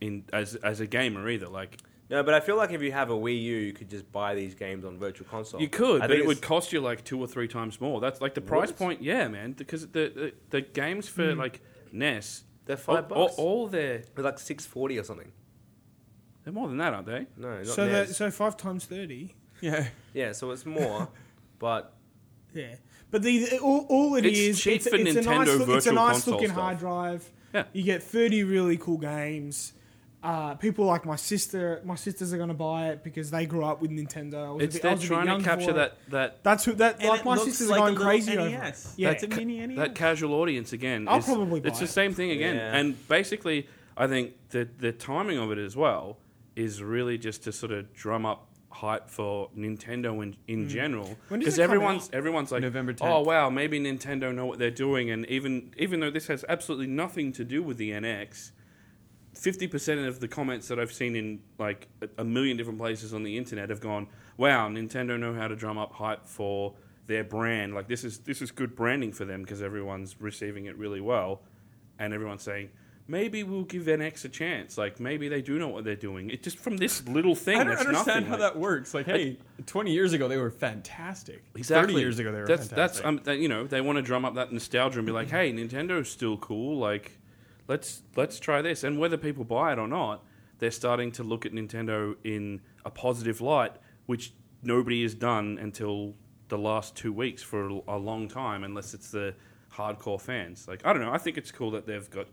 C: in as as a gamer either. Like
B: no, but I feel like if you have a Wii U, you could just buy these games on Virtual Console.
C: you could,
B: I
C: but
B: think
C: it would
B: it's-
C: cost you like two or three times more. That's like the price
B: Would it?
C: point, yeah, man. Because the the, the games for like NES,
B: They're five
C: all, all-
B: bucks.
C: all their
B: they're like six forty or something.
C: they're more than that, aren't they?
B: No, not
D: So that,
B: NES.
D: so five times thirty.
A: Yeah.
B: yeah, so it's more, but
D: Yeah, but the all, all it
C: It's
D: is,
C: cheap
D: it's,
C: for
D: it's a
C: Nintendo
D: nice, look- it's a
C: Virtual
D: nice
C: Console
D: looking
C: stuff.
D: hard drive.
C: Yeah.
D: You get 30 really cool games. Uh, people like my sister, my sisters are going to buy it because they grew up with Nintendo. I was a
C: It's
D: bit- I
C: they're
D: was a bit
C: trying
D: young
C: to capture
D: for it.
C: that that
D: That's who that
A: And
D: like
A: it
D: my
A: looks
D: sisters
A: like a
D: are going
A: little E
D: crazy over. it.
A: NES.
D: Yeah,
A: That's a
C: ca-
A: mini NES.
D: E
C: that casual audience again.
D: I'll
C: is-
D: probably buy
C: It's the
D: it.
C: same thing again,
B: Yeah.
C: and basically, I think the the timing of it as well is really just to sort of drum up hype for Nintendo in, in general
D: Mm. When does
C: because
D: it come
C: everyone's everyone's like
A: November 10th.
C: oh wow maybe Nintendo know what they're doing and even even though this has absolutely nothing to do with the NX 50% of the comments that I've seen in like a- a million different places on the internet have gone, "Wow, Nintendo know how to drum up hype for their brand. Like this is this is good branding for them because everyone's receiving it really well and everyone's saying, "Maybe we'll give NX a chance. Like maybe they do know what they're doing." It just from this little thing
A: I don't
C: that's
A: understand
C: nothing.
A: how
C: like-
A: that works. Like, hey, 20 years ago they were fantastic.
C: Exactly.
A: 30 years ago they were
C: that's
A: fantastic.
C: that's um, that, you know they want to drum up that nostalgia and be like, hey, Nintendo's still cool. Like, let's let's try this. And whether people buy it or not, they're starting to look at Nintendo in a positive light, which nobody has done until the last two weeks for a- a long time, unless it's the hardcore fans. Like, I don't know. I think it's cool that they've got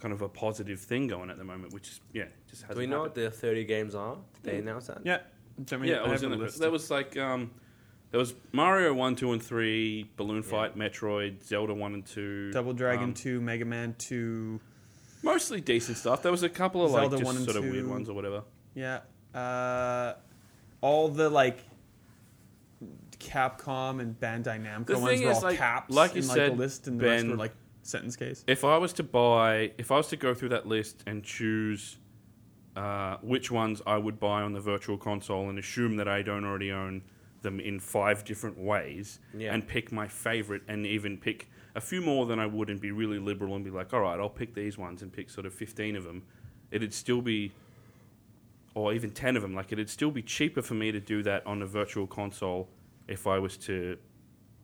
C: kind of a positive thing going at the moment, which is, yeah, just hasn't
B: Do we know
C: happened.
B: what the 30 games are? Did they announce that?
A: yeah. I mean,
C: Yeah,
A: I
C: it was
A: have
C: in
A: a
C: the
A: list.
C: There was like um, there was Mario one, two, and three, Balloon Fight, Metroid, Zelda one and two,
A: Double Dragon
C: um,
A: 2, Mega Man 2.
C: mostly decent stuff. There was a couple of
A: Zelda
C: like
A: one
C: just
A: and
C: sort of
A: two.
C: weird ones or whatever.
A: Yeah. Uh, all the like Capcom and Bandai Namco
C: The
A: ones
C: thing
A: were
C: is,
A: all
C: like-
A: caps
C: like you
A: in like
C: said,
A: the list, and the rest
C: Ben-
A: were like sentence case.
C: If I was to buy, if I was to go through that list and choose uh, which ones I would buy on the virtual console and assume that I don't already own them in five different ways
B: Yeah.
C: and pick my favorite and even pick a few more than I would and be really liberal and be like, all right, I'll pick these ones and pick sort of 15 of them, it'd still be, or even 10 of them, like it'd still be cheaper for me to do that on a virtual console if I was to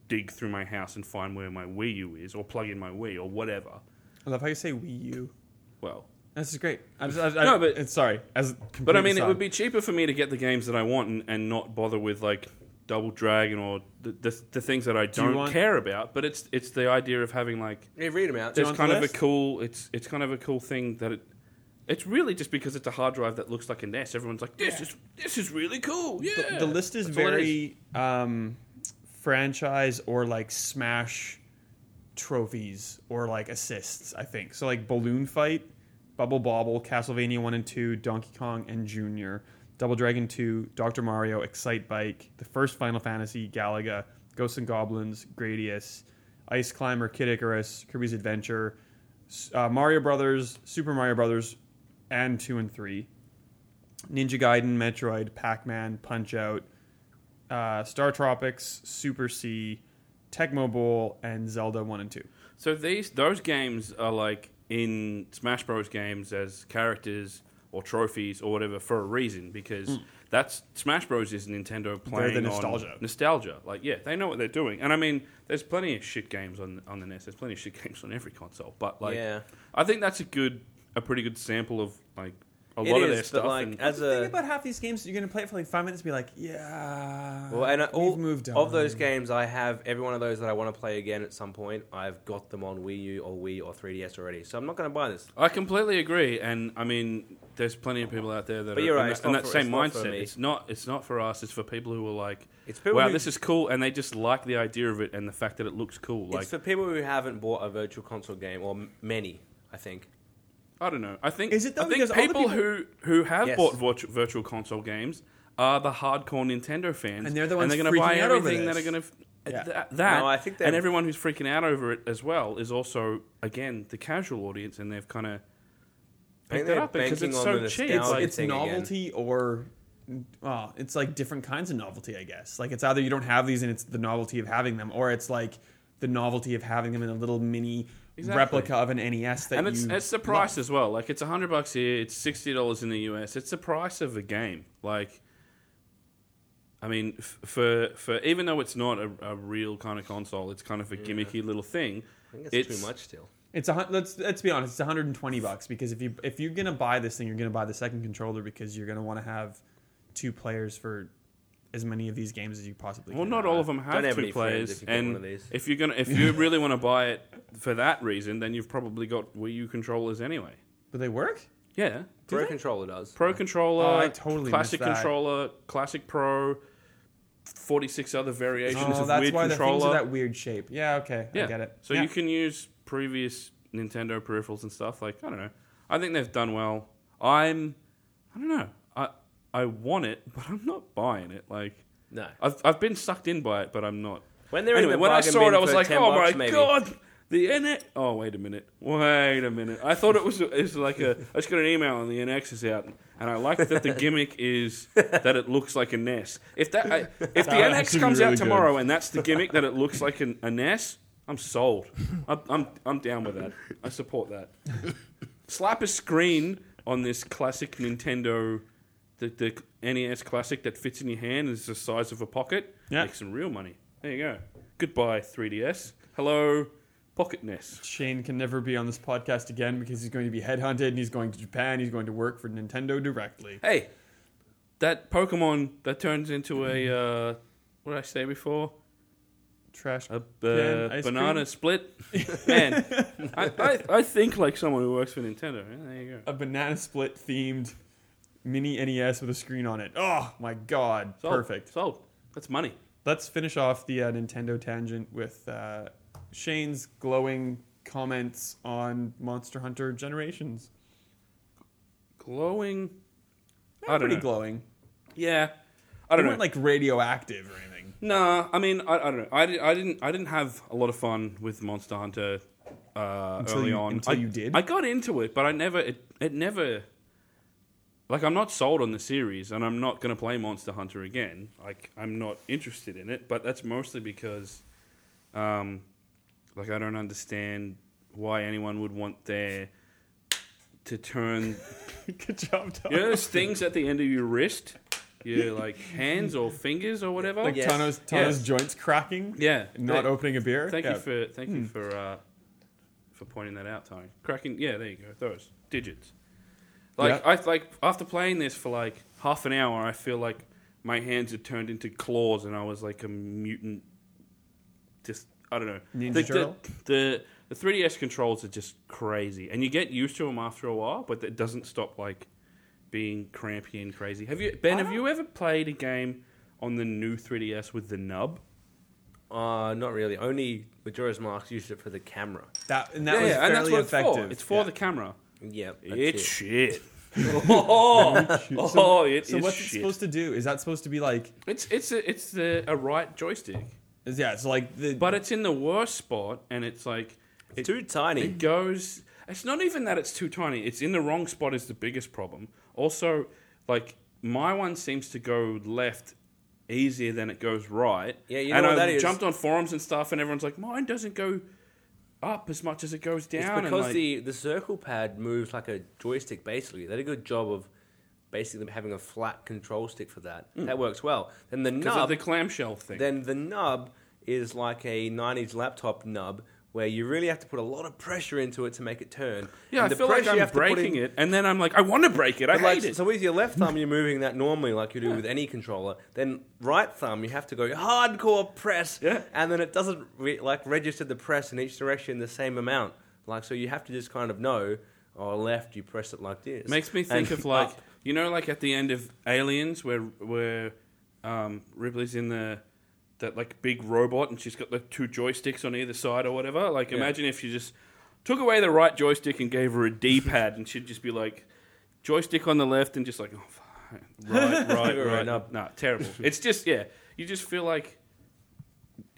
C: dig through my house and find where my Wii U is or plug in my Wii or whatever.
A: I love how you say Wii U.
C: Well,
A: This is great. I just, I, I,
C: No, but-
A: it's sorry. As
C: But I mean, it would be cheaper for me to get the games that I want and, and not bother with like Double Dragon or the, the, the things that I
A: Do you
C: don't
A: want-
C: care about. But it's it's the idea of having like
B: Yeah, read them out.
A: Do you
C: it's
A: want
C: kind
A: the
C: of a
A: list?
C: cool it's it's kind of a cool thing that it it's really just because it's a hard drive that looks like a NES. Everyone's like, this is this is really cool. Yeah,
A: the, the list is
C: That's all it
A: very um, franchise or like smash trophies or like assists. I think so. Like Balloon Fight, Bubble Bobble, Castlevania One and Two, Donkey Kong and Junior, Double Dragon Two, Doctor Mario, Excite Bike, the first Final Fantasy, Galaga, Ghosts and Goblins, Gradius, Ice Climber, Kid Icarus, Kirby's Adventure, S- uh, Mario Brothers, Super Mario Brothers, and Two and Three. Ninja Gaiden, Metroid, Pac Man, Punch Out, uh, Star Tropics, Super C, Tecmo Bowl, and Zelda 1 and 2.
C: So these those games are like in Smash Bros. games as characters or trophies or whatever for a reason because that's Smash Bros. is Nintendo playing on
A: Hmm. nostalgia.
C: nostalgia. Like yeah, they know what they're doing. And I mean, there's plenty of shit games on on the NES. There's plenty of shit games on every console. But like,
B: Yeah.
C: I think that's a good, a pretty good sample of like a
B: It
C: lot
B: is,
C: of their
B: but,
C: stuff.
B: like,
C: and-
B: as a
A: half these games, you're going to play it for like five minutes and be like, yeah.
B: well, and I, all of those games, I have every one of those that I want to play again at some point. I've got them on Wii U or Wii or 3DS already, so I'm not going to buy this.
C: I completely agree, and I mean, there's plenty of people out there that
B: But
C: are
B: you're
C: in
B: right, it's
C: that- in
B: not
C: that
B: for- it's
C: same
B: not for
C: mindset.
B: me.
C: It's not. It's not for us. It's for people who are like,
B: It's people
C: "Wow,
B: who-
C: this is cool," and they just like the idea of it and the fact that it looks cool. Like,
B: it's for people who haven't bought a virtual console game, or m- many, I think.
C: I don't know. I think
A: Is it though?
C: I think
A: Because all the
C: people,
A: people-
C: who who have
B: Yes.
C: bought virtu- virtual console games are the hardcore Nintendo fans,
A: And they're the ones
C: and they're gonna buy
A: freaking out over
C: everything that are
A: this.
C: going to.
A: Yeah.
C: That, that
B: No, I think they're-
C: and everyone who's freaking out over it as well is also again the casual audience, and they've kind of
B: I think
C: picked it
B: they're
C: up because
B: banking
C: it's
B: on
C: so
B: the
C: cheap.
A: It's,
B: nostalgia.
C: like-
A: it's
B: thing again.
A: novelty or. Well, it's like different kinds of novelty, I guess. Like it's either you don't have these and it's the novelty of having them, or it's like the novelty of having them in a little mini
C: Exactly.
A: replica of an NES that
C: and it's
A: you
C: it's the price as well. Like it's hundred bucks here, it's sixty dollars in the US. It's the price of a game. Like, I mean, f- for for even though it's not a, a real kind of console, it's kind of a gimmicky little thing.
B: I think it's,
C: it's
B: too much still.
A: It's a hun- let's let's be honest. It's 120 bucks because if you if you're gonna buy this thing, you're gonna buy the second controller because you're gonna want to have two players for as many of these games as you possibly
C: Well,
A: can.
C: not all of them have
B: Don't have
C: two
B: any friends
C: players,
B: if you get
C: and
B: one of these.
C: if you're gonna, if you really want to buy it for that reason, then you've probably got Wii U controllers anyway.
A: But they work?
C: Yeah,
B: Pro controller does.
C: Pro controller,
A: Oh, I totally
C: classic
A: missed that.
C: controller, classic Pro, forty-six other variations
A: Oh,
C: of
A: that's
C: weird
A: why the things
C: controller.
A: are that weird shape. Yeah, okay.
C: yeah,
A: I get it.
C: So
A: Yeah.
C: you can use previous Nintendo peripherals and stuff. Like I don't know, I think they've done well. I'm, I don't know, I I want it, but I'm not buying it. Like
B: No.
C: I've I've been sucked in by it, but I'm not.
B: When they're in
C: anyway,
B: the
C: when I
B: bargain
C: saw it,
B: bin
C: I was
B: for
C: like,
B: 10
C: oh
B: bucks,
C: my
B: maybe."
C: god, the NX. Oh wait a minute, wait a minute. I thought it was it was like a. I just got an email and the NX is out, and I like that the gimmick is that it looks like a NES. If that I, if the
A: That would
C: NX
A: actually be
C: comes
A: really
C: out
A: good.
C: tomorrow and that's the gimmick that it looks like an, a NES, I'm sold. I'm, I'm I'm down with that. I support that. Slap a screen on this classic Nintendo. The, the NES classic that fits in your hand is the size of a pocket.
A: Yeah.
C: Make some real money. There you go. Goodbye, 3DS. Hello, Pocket NES.
A: Shane can never be on this podcast again because he's going to be headhunted and he's going to Japan. He's going to work for Nintendo directly.
C: Hey, that Pokemon that turns into a uh, what did I say before?
A: Trash.
C: A uh,
A: Can ice
C: banana
A: cream?
C: split. Man, I, I I think like someone who works for Nintendo. Yeah, there you go.
A: a banana split themed mini NES with a screen on it. Oh my god.
C: Sold.
A: Perfect.
C: Sold. That's money.
A: Let's finish off the uh, Nintendo tangent with uh, Shane's glowing comments on Monster Hunter Generations.
C: Glowing.
A: Not
C: I don't
A: pretty
C: know.
A: glowing.
C: Yeah.
A: They
C: I don't know.
A: weren't like radioactive or anything.
C: Nah, I mean, I, I don't know. I, di- I didn't. I didn't have a lot of fun with Monster Hunter uh,
A: Until
C: early
A: you-
C: on.
A: until
C: I,
A: you did?
C: I got into it, but I never. It, it never. Like I'm not sold on the series, and I'm not going to play Monster Hunter again. Like I'm not interested in it, but that's mostly because, um, like I don't understand why anyone would want their to turn
A: Good job, Tom.
C: you know those things at the end of your wrist, your like hands or fingers or whatever.
A: Like
B: Yes.
A: Tano's, Tano's
C: Yes.
A: joints cracking.
C: Yeah,
A: Not
C: Th-
A: opening a beer.
C: Thank
A: Yeah. Hmm.
C: you for thank you for uh, for pointing that out, Tony. Cracking. Yeah, there you go. Those digits. Like
A: Yeah.
C: I like after playing this for like half an hour, I feel like my hands had turned into claws, and I was like a mutant. Just I don't know.
A: Ninja
C: the,
A: Turtle?
C: The, the the 3ds controls are just crazy, and you get used to them after a while, but that doesn't stop like being crampy and crazy. Have you Ben? Have you ever played a game on the new 3ds with the nub?
B: Uh, not really. Only Majora's Mask used it for the camera.
A: That, and that was fairly effective.
C: it's for. It's for
A: Yeah.
C: the camera.
B: Yeah. that's
C: it's
B: it.
C: shit. oh, oh, it
A: So
C: is
A: what's
C: shit.
A: it supposed to do? Is that supposed to be like?
C: It's it's a, it's the, a right joystick,
A: is- Yeah, so like the
C: but it's in the worst spot, and it's like it,
B: too tiny.
C: It goes. It's not even that it's too tiny. It's in the wrong spot is the biggest problem. Also, like my one seems to go left easier than it goes right.
B: Yeah, you know
C: and
B: what
C: I
B: that is?
C: jumped on forums and stuff, and everyone's like, "Mine doesn't go up as much as it goes down."
B: It's
C: and,
B: because
C: like-
B: the, the circle pad moves like a joystick, basically. They did a good job of basically having a flat control stick for that. That works well. Then the
C: because Hmm.
B: nub,
C: of the clamshell thing.
B: then the nub is like a '90s laptop nub, where you really have to put a lot of pressure into it to make it turn.
C: Yeah,
B: And
C: I feel like
B: pressure you
C: I'm
B: have to put
C: breaking
B: in-
C: it, and then I'm like, I want to break it. I
B: like,
C: hate it.
B: So with your left thumb, you're moving that normally, like you do with any controller. Then right thumb, you have to go hardcore press,
C: Yeah.
B: and then it doesn't re- like register the press in each direction the same amount. Like so, you have to just kind of know. Or left, you press it like this.
C: Makes me think
B: And
C: of like
B: up.
C: you know, like at the end of Aliens, where where um, Ripley's in the that like big robot, and she's got the two joysticks on either side or whatever. Like,
B: Yeah.
C: imagine if you just took away the right joystick and gave her a D pad, and she'd just be like, joystick on the left, and just like, oh, fuck. right, right,
B: Right,
C: right,
B: no.
C: no, terrible. it's just yeah, you just feel like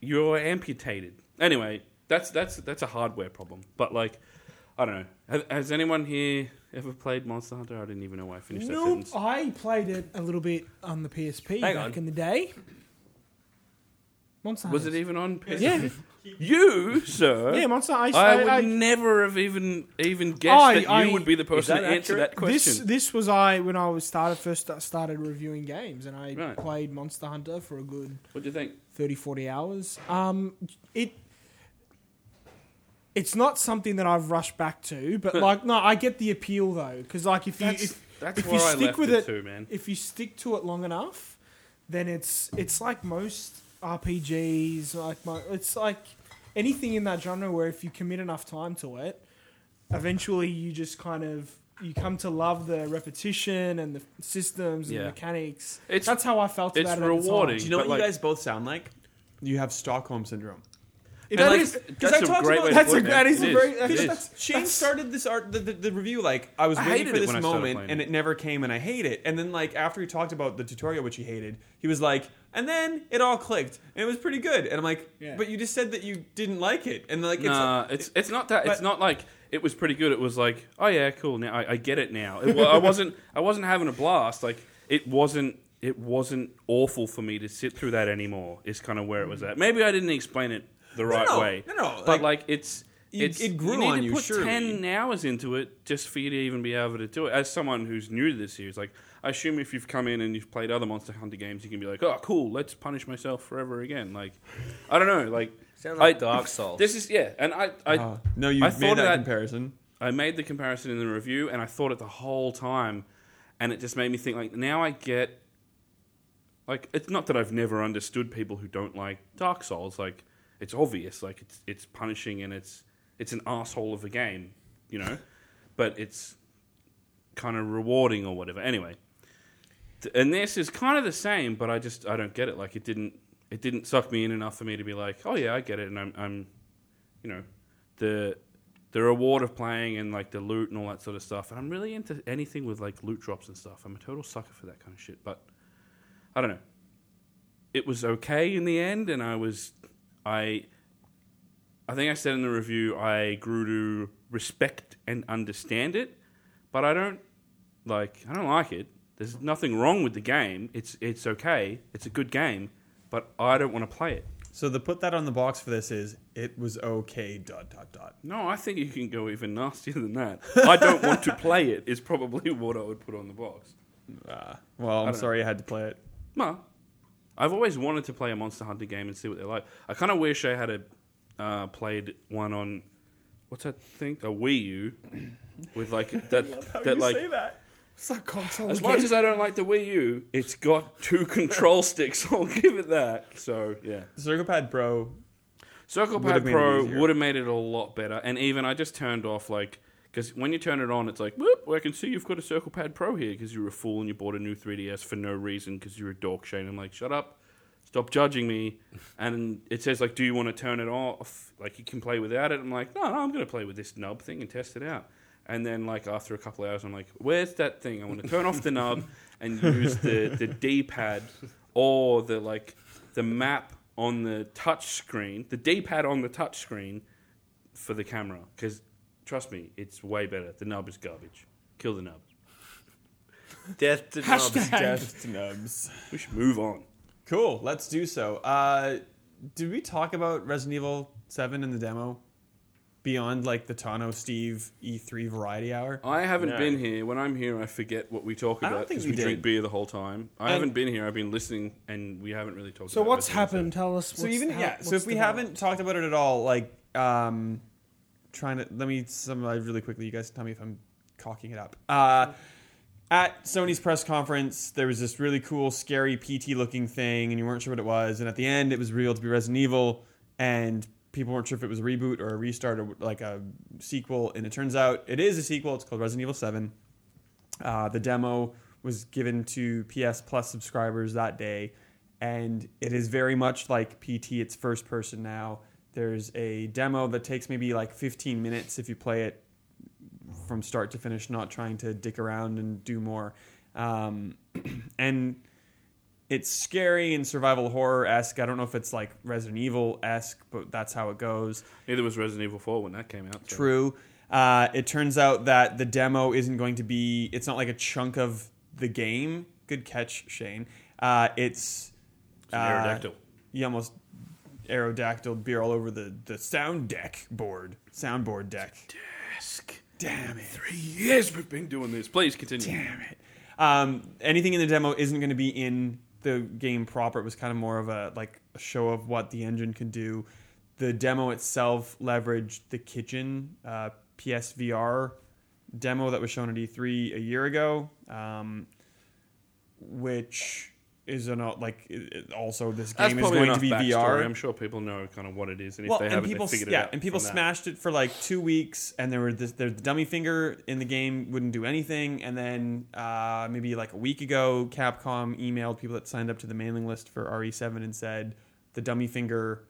C: you're amputated. Anyway, that's that's that's a hardware problem. But like, I don't know. Has, has anyone here ever played Monster Hunter? I didn't even know why I finished that
D: Nope, Oh,
C: sentence.
D: I played it a little bit on the PSP
B: Hang
D: back
B: on.
D: in the day. Monster
C: Was it
D: Hunters.
C: even on? PS?
D: Yeah,
C: you sir.
D: yeah, Monster. I,
C: I
D: I,
C: would
D: I-
C: never have even even guessed
D: I-
C: that you
D: I-
C: would be the person
B: that
C: to answer
B: accurate?
C: that question.
D: This this was I when I was started first sta- started reviewing games, and I
C: Right.
D: played Monster Hunter for a good
C: What do you think?
D: 30, 40 hours. Um, it it's not something that I've rushed back to, but like no, I get the appeal though, because like if you
C: That's,
D: if,
C: that's
D: if
C: where
D: you
C: I
D: stick
C: left
D: with
C: it,
D: it-
C: too, man.
D: if you stick to it long enough, then it's it's like most RPGs, like my, it's like anything in that genre where if you commit enough time to it, eventually you just kind of you come to love the repetition and the systems and
C: Yeah.
D: mechanics.
C: It's-
D: That's how I felt.
C: it's
D: about it at the time.
C: rewarding.
A: Do you know
C: But
A: what
C: like-
A: you guys both sound like? You have Stockholm syndrome.
D: It-
A: And
D: that
A: like,
D: is-
A: 'cause
C: that's
A: I
C: a
A: talked
C: great
A: about-
C: way to
D: that's
C: put
D: a,
C: it.
D: that is
C: It
D: a
C: is.
D: very
C: It
D: that's,
C: is.
D: that's,
A: Shane started this art the, the, the review like I was
C: I
A: waiting
C: hated
A: for
C: it
A: this
C: when I started
A: moment
C: playing
A: and
C: it.
A: it never came and I hate it. And then like after he talked about the tutorial which he hated, he was like, and then it all clicked and it was pretty good. And I'm like,
D: Yeah.
A: but you just said that you didn't like it and like
C: nah, it's it's, not that. it's
A: but-
C: not like it was pretty good. It was like, oh yeah, cool. Now I, I get it now. It, wa- I wasn't I wasn't having a blast. Like it wasn't it wasn't awful for me to sit through that anymore. Is kind of where it was at. Maybe I didn't explain it the right
A: no,
C: way.
A: no, no,
C: But
A: like,
C: like it's.
A: you-
C: it's,
A: it grew
C: you need
A: on
C: to
A: you,
C: put
A: surely.
C: ten hours into it just for you to even be able to do it. As someone who's new to this series, like I assume if you've come in and you've played other Monster Hunter games, you can be like, "Oh, cool, let's punish myself forever again." Like, I don't know, like
B: Sound like
C: I-
B: Dark Souls.
C: This is yeah, and I I,
A: it's, oh, no, you
C: I
A: made that,
C: thought of that
A: comparison.
C: I made the comparison in the review, and I thought it the whole time, and it just made me think like now I get. Like it's not that I've never understood people who don't like Dark Souls. Like it's obvious, like it's it's punishing and it's it's an asshole of a game, you know, but it's kind of rewarding or whatever. Anyway, Th- and this is kind of the same, but I just I don't get it. Like it didn't it didn't suck me in enough for me to be like, oh yeah, I get it, and I'm I'm, you know, the the reward of playing and like the loot and all that sort of stuff. And I'm really into anything with like loot drops and stuff. I'm a total sucker for that kind of shit. But I don't know. It was okay in the end, and I was I. I think I said in the review I grew to respect and understand it, but I don't like I don't like it. There's nothing wrong with the game. It's it's okay. It's a good game, but I don't want to play it.
A: So the put that on the box for this is it was okay dot dot dot.
C: No, I think you can go even nastier than that. I don't want to play it is probably what I would put on the box.
A: Uh, well, I'm
C: know.
A: sorry I had to play it.
C: Well, I've always wanted to play a Monster Hunter game and see what they're like. I kind of wish I had a, uh, played one on what's that thing? A Wii U with like that that like
A: that.
D: it's like console.
C: As
D: again.
C: much as I don't like the Wii U, it's got two control sticks. I'll give it that. So yeah,
A: Circle Pad Pro.
C: Circle
A: Would've
C: Pad
A: made it
C: Pro
A: easier.
C: would have made it a lot better. And even I just turned off like because when you turn it on, it's like whoop. well, I can see you've got a Circle Pad Pro here because you're a fool and you bought a new 3DS for no reason because you're a dork, Shane. I'm like, shut up, stop judging me. And it says like, do you want to turn it off? Like you can play without it. I'm like, no, no, I'm going to play with this nub thing and test it out. And then like after a couple hours, I'm like, where's that thing? I want to turn off the nub and use the the D pad or the like the map on the touch screen, the D pad on the touch screen for the camera. Because trust me, it's way better. The nub is garbage. Kill the nub.
B: Death to Nubs.
A: Just nubs.
C: We should move on.
A: Cool. Let's do so. Uh, did we talk about Resident Evil Seven in the demo? Beyond like the Tano Steve E3 Variety Hour.
C: I haven't
B: No.
C: been here. When I'm here, I forget what we talk
A: I don't
C: about
A: think
C: because
A: we
C: we drink
A: did.
C: beer the whole time. I
A: And-
C: haven't been here. I've been listening, and we haven't really talked.
D: so
C: about
D: what's
C: Resident Evil
D: happened? Tell us.
A: So
D: what's
A: even
D: hap-
A: yeah. So
D: what's
A: if we
D: developed.
A: haven't talked about it at all, like um, trying to let me summarize really quickly. You guys tell me if I'm cocking it up. Uh, at Sony's press conference, there was this really cool, scary PT-looking thing, and you weren't sure what it was. And at the end, it was revealed to be Resident Evil, and people weren't sure if it was a reboot or a restart or like a sequel. And it turns out it is a sequel. It's called Resident Evil Seven. Uh, the demo was given to PS Plus subscribers that day, and it is very much like PT. It's first person now. There's a demo that takes maybe like 15 minutes if you play it from start to finish, not trying to dick around and do more. Um, and it's scary and survival horror esque. I don't know if it's like Resident Evil esque, but that's how it goes.
C: Neither was Resident Evil Four when that came out. so-
A: True. Uh, it turns out that the demo isn't going to be. It's not like a chunk of the game. Good catch, Shane. Uh, it's uh,
C: It's an Aerodactyl.
A: you almost aerodactyl beer all over the the sound deck board, soundboard deck.
C: Ask.
A: Damn it.
C: Three years we've been doing this. Please continue.
A: Damn it. Um, anything in the demo isn't going to be in the game proper. It was kind of more of a like a show of what the engine can do. The demo itself leveraged the kitchen uh, PSVR E demo that was shown at E3 a year ago, um, which is an, like it- it- also this
C: That's
A: game is
C: probably
A: going to
C: enough
A: be
C: backstory.
A: VR.
C: I'm sure people know kind of what it is, and if
A: well,
C: they
A: and
C: haven't,
A: people
C: they figured
A: yeah,
C: it out.
A: and people
C: from that.
A: smashed it for like two weeks, and there were this, the dummy finger in the game wouldn't do anything, and then uh, maybe like a week ago, Capcom emailed people that signed up to the mailing list for RE7 and said the dummy finger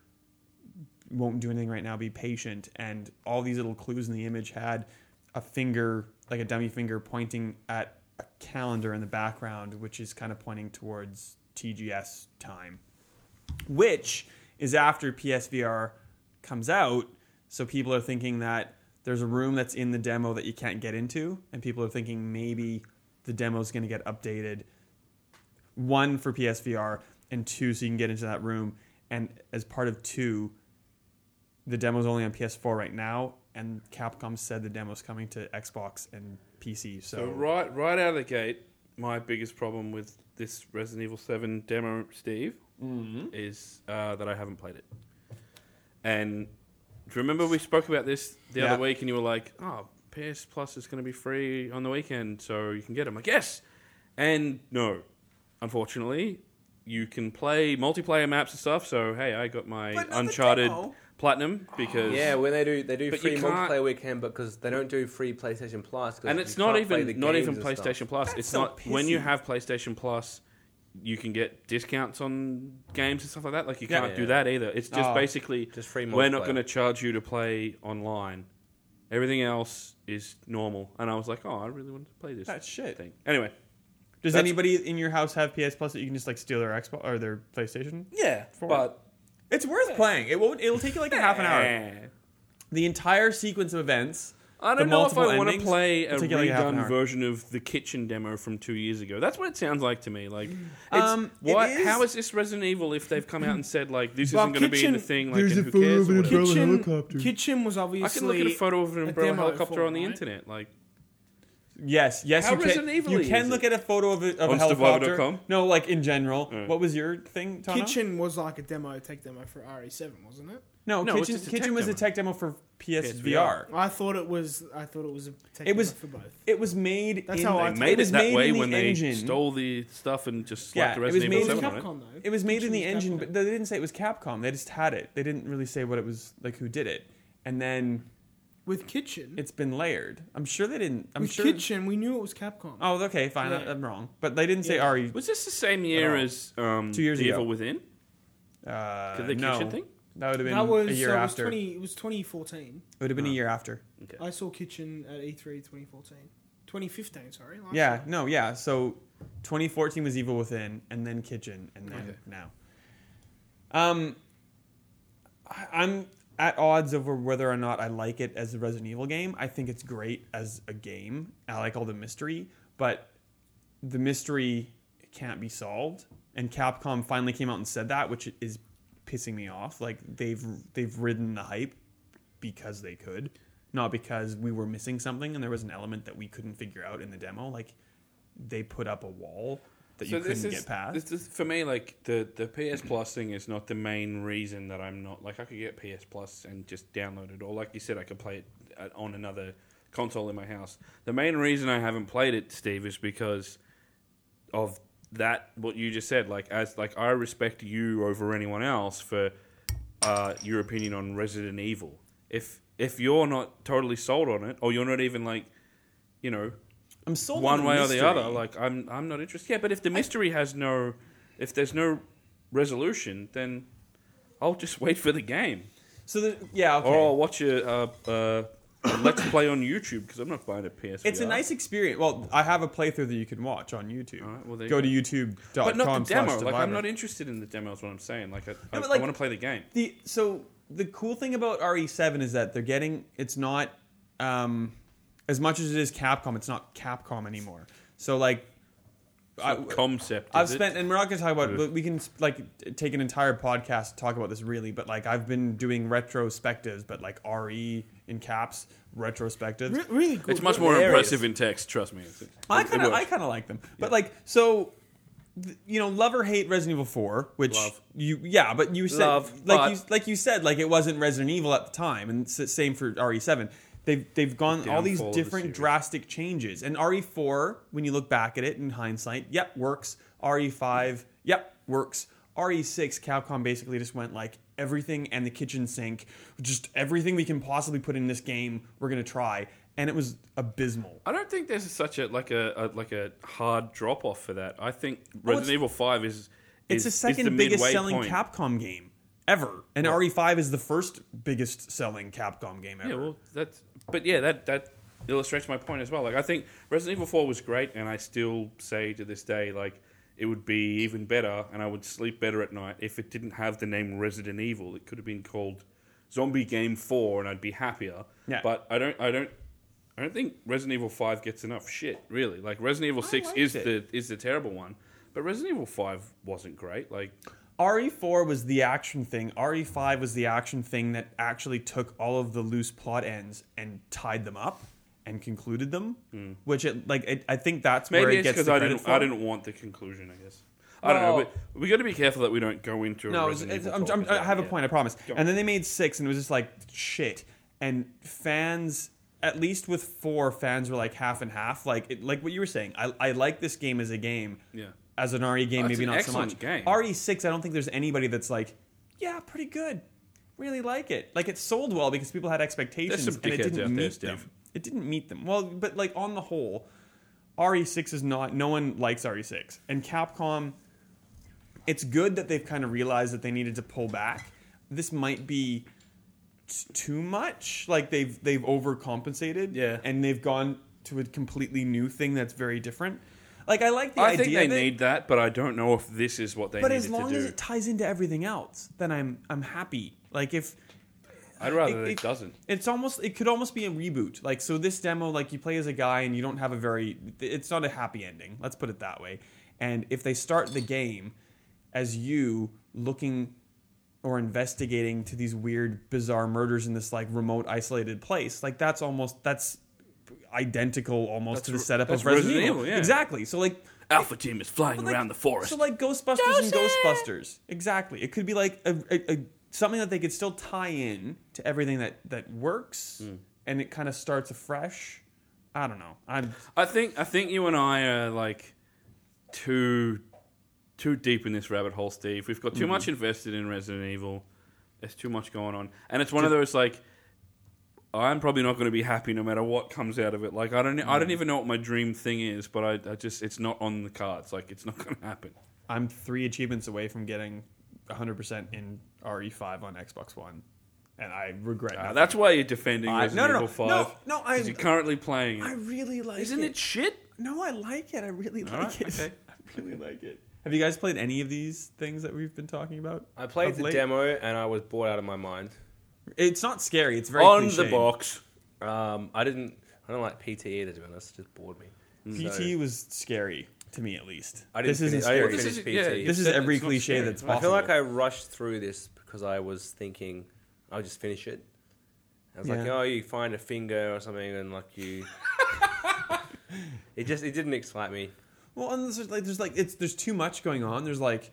A: won't do anything right now. Be patient, and all these little clues in the image had a finger, like a dummy finger, pointing at a calendar in the background, which is kind of pointing towards TGS time which is after PSVR comes out. So people are thinking that there's a room that's in the demo that you can't get into, and people are thinking maybe the demo's going to get updated. One for PSVR, and two so you can get into that room. And as part of two, the demo's only on PS4 right now, and Capcom said the demo's coming to Xbox and PC. So,
C: So right, right out of the gate, my biggest problem with this Resident Evil Seven demo, Steve,
D: Mm-hmm.
C: is uh, that I haven't played it. And do you remember we spoke about this the
A: Yeah.
C: other week, and you were like, "Oh, PS Plus is going to be free on the weekend, so you can get it." I'm like, "Yes," and no, unfortunately, you can play multiplayer maps and stuff. So hey, I got my
D: But not the
C: Uncharted
D: demo.
C: platinum because
B: Yeah, when they do they do
C: But you
B: free
C: can't-
B: multiplayer weekend, but because they don't do free PlayStation Plus. 'cause
C: and
B: you
C: it's not
B: can't play the
C: even not
B: games
C: even
B: and stuff.
C: PlayStation Plus.
A: That's
C: it's
A: so
C: not when you
A: pissy.
C: have PlayStation Plus, you can get discounts on games and stuff like that. Like you
A: Yeah.
C: can't do
B: Yeah.
C: that either. It's just
A: Oh.
C: basically
B: Just free
C: We're not
B: multiplayer.
C: going to charge you to play online. Everything else is normal. And I was like, oh, I really wanted to play this
A: That's shit.
C: thing. Anyway,
A: does
C: that's-
A: anybody in your house have PS Plus that you can just like steal their Xbox or their PlayStation?
C: yeah,
A: but- It's worth playing. It won't. It'll take you like a half an
C: Eh.
A: hour. The entire sequence of events.
C: I
A: the
C: don't know if
A: multiple
C: I want to
A: endings,
C: play a
A: it'll take you like half an
C: redone
A: hour.
C: version of the kitchen demo from two years ago. That's what it sounds like to me. Like, it's,
A: Um, it
C: why,
A: is-
C: how is this Resident Evil if they've come out and said like this
D: Well,
C: isn't going to be in the
D: kitchen-
C: thing? Like,
E: there's
C: and
E: a
C: who
E: photo
C: cares?
E: of an
C: or whatever.
E: umbrella
D: Kitchen,
E: helicopter.
D: kitchen was
C: I
D: obviously.
C: can look at a photo of an
D: a
C: umbrella
D: demo
C: helicopter
D: for
C: on the
D: it, right?
C: internet. Like,
A: Yes, yes,
C: How
A: you can.
C: Resident Evil
A: You
C: is
A: can
C: it?
A: look at a photo of a, of a
C: On
A: helicopter.
C: survival.com?
A: No, like in general. What was your thing, Tana?
D: Kitchen was like a demo tech demo for RE7, wasn't it?
A: No,
C: No,
A: kitchen.
C: it's just a
A: kitchen
C: tech
A: was a
C: demo.
A: tech demo for PSVR.
C: PSVR.
D: I thought it was. I thought it was a tech
A: It
D: demo
A: was-
D: for both.
A: It was made.
D: That's
A: in,
D: how I
A: Oh, it
D: took
C: made
A: was
C: it that
A: made
C: way
A: in the
C: when
A: engine.
C: they stole the stuff and just slapped
A: Yeah,
C: the
A: it was
C: Resident
A: made
C: Evil
A: in
D: It was
C: 7 on it.
D: Capcom though.
A: It was made in the
D: Kitchen was
A: engine,
D: Capcom.
A: but they didn't say it was Capcom. They just had it. They didn't really say what it was like, who did it, and then
D: with kitchen,
A: it's been layered. I'm sure they didn't. I'm
D: with
A: sure.
D: kitchen, we knew it was Capcom.
A: Oh, okay, fine. I,
D: Yeah.
A: am wrong, but they didn't say
D: Yeah.
A: RE.
C: Was this the same year
A: all.
C: as um,
A: Two years
C: The
A: ago.
C: Evil Within?
A: Uh,
C: Did the
A: no.
C: kitchen thing?
A: That would have been
D: that was
A: a year
D: that
A: after.
D: Was 20, it was 2014.
A: it would have been
C: Oh.
A: a year after.
C: Okay.
D: I saw kitchen at E E3 2014, 2015. Sorry. last
A: Yeah,
D: year.
A: no, yeah. So 2014 was Evil Within, and then Kitchen, and then
C: Okay.
A: now. Um, I- I'm at odds over whether or not I like it as a Resident Evil game. I think it's great as a game. I like all the mystery, but the mystery can't be solved. And Capcom finally came out and said that, which is pissing me off. Like they've they've ridden the hype because they could, not because we were missing something and there was an element that we couldn't figure out in the demo. Like they put up a wall that you couldn't
C: is,
A: get past.
C: This is, for me, like the, the PS Plus thing is not the main reason that I'm not like I could get PS Plus and just download it, or like you said, I could play it uh, on another console in my house. The main reason I haven't played it, Steve, is because of that what you just said. Like as like I respect you over anyone else for uh, your opinion on Resident Evil. If if you're not totally sold on it, or you're not even like, you know,
A: I'm sold on
C: one way or the
A: mystery.
C: other. Like I'm, I'm not interested. Yeah, but if the mystery has no, if there's no resolution, then I'll just wait for the game,
A: so, the, yeah, okay.
C: or I'll watch a, uh uh let's play on YouTube because I'm not buying a PS.
A: It's a nice experience. Well, I have a playthrough that you can watch on YouTube.
C: All right, well, there
A: go
C: you
A: to youtube.com
C: but not the demo.
A: slash
C: Like I'm
A: Survivor.
C: not interested in the demo. Is what I'm saying. Like I, I,
A: but
C: I
A: like-
C: want to play the game.
A: the so the cool thing about RE7 is that they're getting it's not um, as much as it is Capcom, it's not Capcom anymore. So like I-
C: concept.
A: I've
C: is it?
A: spent, and we're not going to talk about.
C: Ugh.
A: But we can like take an entire podcast to talk about this really. But like I've been doing retrospectives, but like RE in caps retrospectives.
D: Re- really good.
C: It's much more
A: Hilarious.
C: impressive in text. Trust me. It's-
A: I
C: it
A: kind of
C: works.
A: I kind of like them, but like so, th- you know, love or hate Resident Evil Four, which
C: Love.
A: you yeah, but you said
C: Love,
A: like you
C: but-
A: like you said like it wasn't Resident Evil at the time, and s- same for RE Seven. They've they've gone all these
C: downfall of the
A: different
C: series.
A: drastic E changes, and RE Four, when you look back at it in hindsight, yep, works. RE E Five Yep, works. RE6, Capcom basically just went like everything and the kitchen sink, just everything we can possibly put in this game, we're gonna try, and it was abysmal.
C: I don't think there's such a like a, a like a hard drop off for that. I think Resident
A: it's-
C: Evil Five is
A: It's
C: is,
A: the
C: is
A: second biggest
C: midway
A: selling
C: point.
A: Capcom game ever, and RE5 is the first biggest selling Capcom game ever.
C: Yeah, well, that's but yeah, that that illustrates my point as well. Like, I think Resident Evil Four was great, and I still say to this day, like, it would be even better, and I would sleep better at night if it didn't have the name Resident Evil. It could have been called Zombie Game Four, and I'd be happier.
A: Yeah.
C: But I don't, I don't, I don't think Resident Evil Five gets enough shit. Really, like Resident Evil Six
A: liked
C: is
A: it.
C: the is the terrible one, but Resident Evil Five wasn't great. Like,
A: RE4 E was the action thing. RE5 was the action thing that actually took all of the loose plot ends and tied them up and concluded them. Which it like it, I think that's where
C: Hmm. Maybe
A: it
C: it's
A: gets
C: because
A: the
C: I
A: credit
C: didn't.
A: for.
C: I didn't want the conclusion. I guess. I don't know.
A: Well-
C: But we got to be careful that we don't go into.
A: No,
C: a
A: it's,
C: Resident
A: it's,
C: Evil
A: I'm,
C: talk
A: I'm,
C: as
A: I
C: well,
A: have a
C: yeah.
A: point. I promise.
C: Go on.
A: And then they made six, and it was just like shit. And fans, at least with four, fans were like half and half. Like it, like what you were saying. I, I like this game as a game.
C: Yeah.
A: As an RE game,
C: Oh, it's
A: maybe
C: an
A: not so much.
C: excellent game.
A: RE six, I don't think there's anybody that's like, yeah, pretty good. Really like it. Like it sold well because people had expectations,
C: some
A: and it
C: dickheads
A: didn't
C: out there,
A: meet
C: Steve.
A: them. It didn't meet them. Well, but like on the whole, RE6 is not. No one likes RE6, and Capcom. It's good that they've kind of realized that they needed to pull back. This might be t- too much. Like they've they've overcompensated.
C: Yeah.
A: and they've gone to a completely new thing that's very different. Like I like the
C: I
A: idea.
C: think they
A: of it,
C: need that, but I don't know if this is what they
A: but
C: needed
A: as long
C: to do.
A: as it ties into everything else, then I'm I'm happy. Like if
C: I'd rather it,
A: it-
C: doesn't.
A: it's almost it could almost be a reboot like so this demo like you play as a guy and you don't have a very it's not a happy ending let's put it that way and if they start the game as you looking or investigating to these weird bizarre murders in this like remote isolated place like that's almost that's identical almost to the setup
C: that's
A: of Resident,
C: Resident
A: Evil,
C: Evil, yeah.
A: exactly so like
C: Alpha team is flying
A: like-
C: around the forest.
A: So like Ghostbusters and Ghostbusters, exactly. It could be like a, a, a something that they could still tie in to everything that that works,
C: Hmm.
A: and it kind of starts afresh. I don't know. I'm
C: I think I think you and I are like too too deep in this rabbit hole, Steve. We've got too much
A: Mm-hmm.
C: invested in Resident Evil. There's too much going on, and it's one of those like I'm probably not going to be happy no matter what comes out of it. Like I don't I
A: Mm.
C: don't even know what my dream thing is, but I, I just it's not on the cards. Like it's not going to happen.
A: I'm three achievements away from getting 100 percent in RE5 on Xbox One, and I regret.
C: Uh,
A: nothing.
C: that's why you're defending
A: I-
C: Resident
A: no, no,
C: Evil Five.
A: no, no, I-
C: 'cause you're currently playing
A: I
C: it.
A: really like.
C: Isn't it shit?
A: No, I like it. I really like
C: Alright,
A: it.
C: okay.
A: I really like it. Have you guys played any of these things that we've been talking about?
B: I played
A: of
B: the
A: late?
B: demo and I was bored out of my mind.
A: It's not scary. It's very
C: on
A: cliche.
C: the box.
B: Um, I didn't. I don't like PT either. To be honest, it just bored me.
C: Mm.
A: PT was scary to me, at least.
B: I didn't
A: this isn't
B: finish- I didn't
A: scary.
B: finish
A: This is,
B: It's PT.
A: this is
C: It's
A: every
C: not
A: cliche
C: scary.
A: that's
B: So, I feel
A: possible.
B: like I rushed through this because I was thinking I'll just finish it. I was like,
A: Yeah.
B: oh, you find a finger or something, and like you. it just it didn't excite me.
A: well, and there's like there's like it's there's too much going on. There's like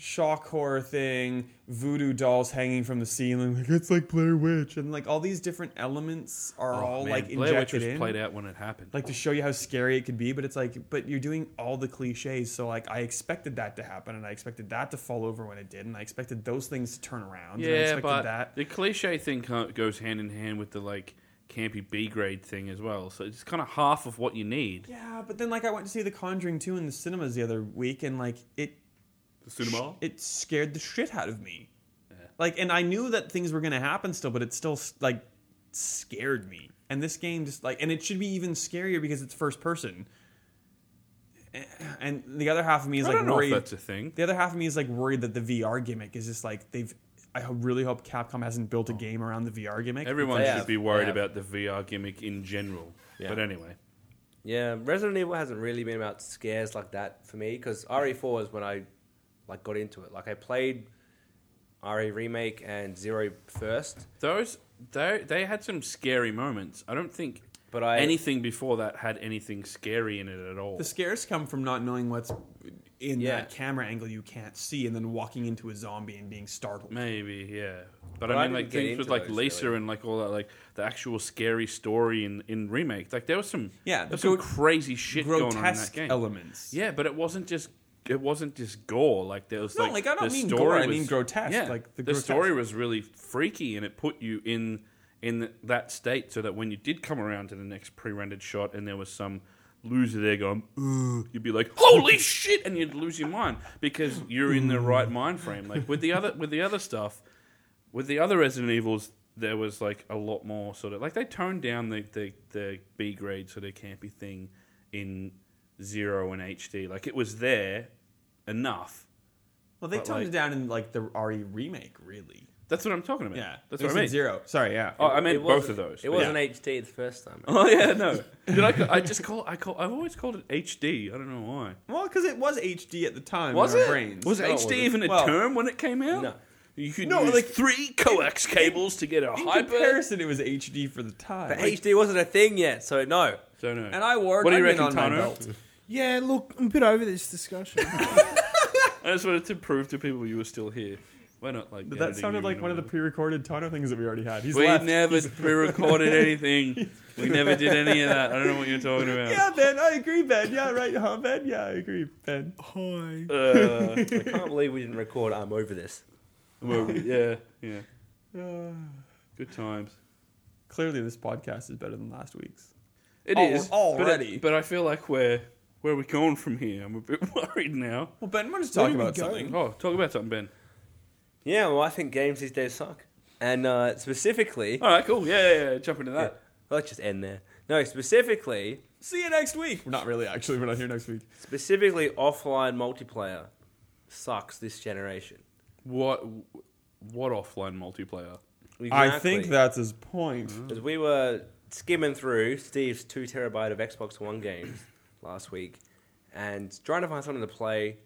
A: shock horror thing, voodoo dolls hanging from the ceiling, like it's like Blair Witch, and like all these different elements are all
C: Oh, Man,
A: like
C: Blair Witch
A: injected
C: was
A: in.
C: played out when it happened.
A: like to show you how scary it could be but it's like but you're doing all the cliches so like i expected that to happen and i expected that to fall over when it did and i expected those things to turn around and i
C: Yeah,
A: expected
C: but
A: that
C: the cliche thing co- goes hand in hand with the like campy B grade thing as well. So it's kind of half of what you need.
A: yeah but then like i went to see the conjuring 2 in the cinemas the other week and like it sh- it scared the shit out of me. Like, and I knew that things were going to happen still, but it still s- like scared me. And this game just like, and it should be even scarier because it's first person. Eh, And the other half of me is
C: I
A: like
C: don't know if
A: worried.
C: that's a thing.
A: The other half of me is like worried that the VR gimmick is just like they've. I ho- really hope Capcom hasn't built a game around the VR gimmick.
C: Oh. Everyone
B: They
C: should
B: have-
C: be
B: they
C: worried
B: have.
C: about the VR gimmick in general.
B: Yeah.
C: But anyway,
B: Yeah, Resident Evil hasn't really been about scares like that for me because RE4 is when I like got into it. Like I played RE remake and Zero first,
C: those they they had some scary moments. I don't think
B: but I
C: anything before that had anything scary in it at all.
A: The scares come from not knowing what's in
B: Yeah.
A: that camera angle you can't see, and then walking into a zombie and being startled.
C: Maybe, yeah. But,
B: But I
C: I
B: didn't
C: mean, like
B: get
C: things with
B: into
C: like
B: those,
C: Lisa
B: really.
C: and like all that, like the actual scary story in in remake. Like there was some
A: Yeah,
C: there was
A: the
C: some
A: gro-
C: crazy shit going on in that
A: Grotesque
C: game.
A: elements.
C: Yeah, but it wasn't just it wasn't just gore. Like there was
A: No,
C: like,
A: like, I don't
C: the
A: mean
C: story
A: gore, I
C: Was,
A: mean grotesque,
C: Yeah,
A: like, the
C: the,
A: grotesque.
C: story was really freaky, and it put you in in th- that state so that when you did come around to the next pre-rendered shot, and there was some loser there going, Ugh, you'd be like, holy shit, and you'd lose your mind because you're in
A: Hmm.
C: the right mind frame. Like with the other with the other stuff, with the other Resident Evils. There was like a lot more sort of like they toned down the, the, the B grade sort of campy thing in zero and HD. Like it was there enough.
A: Well, they
C: But,
A: toned
C: like-
A: it down in like the RE remake, really.
C: That's what I'm talking about.
A: Yeah,
C: that's
A: It
C: what
A: was
C: I
A: in
C: mean.
A: Zero. Sorry, yeah.
C: Oh, I meant
B: It
C: both
B: wasn't-
C: of those.
B: It
C: but-
B: wasn't HD the first time.
C: Oh yeah, no. Did I? ca- I just call. I call. I've always called it HD. I don't know why.
A: well, because it was HD at the time.
C: Was
A: in
C: it?
A: our brains.
C: Was HD even a
A: Well-
C: term when it came out?
B: No.
C: You could
A: No,
C: use
A: like-
C: three coax cables to get a
A: In
C: hyper.
A: comparison, it was HD for the time.
B: But HD wasn't a thing yet, so no.
C: So no.
A: and I wore
C: What do you
A: onion
C: reckon,
A: on my
C: Tano?
A: belt.
D: Yeah, look, I'm a bit over this discussion.
C: I just wanted to prove to people you were still here. Why not? Like
A: That
C: editing
A: sounded
C: you
A: like
C: and
A: one of the
C: all
A: pre-recorded Tano things that we already had. He's
C: that? We
A: left.
C: never pre-recorded anything. We never did any of that. I don't know what you're talking about.
A: Yeah, Ben, I agree, Ben. Yeah, right, huh, Ben? Yeah, I agree, Ben.
D: Hi.
C: Uh,
B: I can't believe we didn't record I'm over this.
C: well, yeah, yeah.
A: Uh,
C: Good times.
A: clearly, this podcast is better than last week's.
C: It
A: Al-
C: is
A: already.
C: But, but I feel like we're where are we going from here? I'm a bit worried now.
A: Well, Ben, why don't you talk
D: Where do we
A: about
D: go?
A: something?
C: Oh, talk about something, Ben.
B: Yeah, well, I think games these days suck. And uh,
A: Oh,
B: specifically,
C: All right, cool. Yeah, yeah, yeah. jump into that.
B: let's just end there. No, specifically,
A: See you next week. We're not really, actually. We're not here next week.
B: specifically offline multiplayer sucks this generation.
C: What what offline multiplayer?
A: I think that's his point.
B: As we were skimming through Steve's two terabyte of Xbox One games last week and trying to find something to play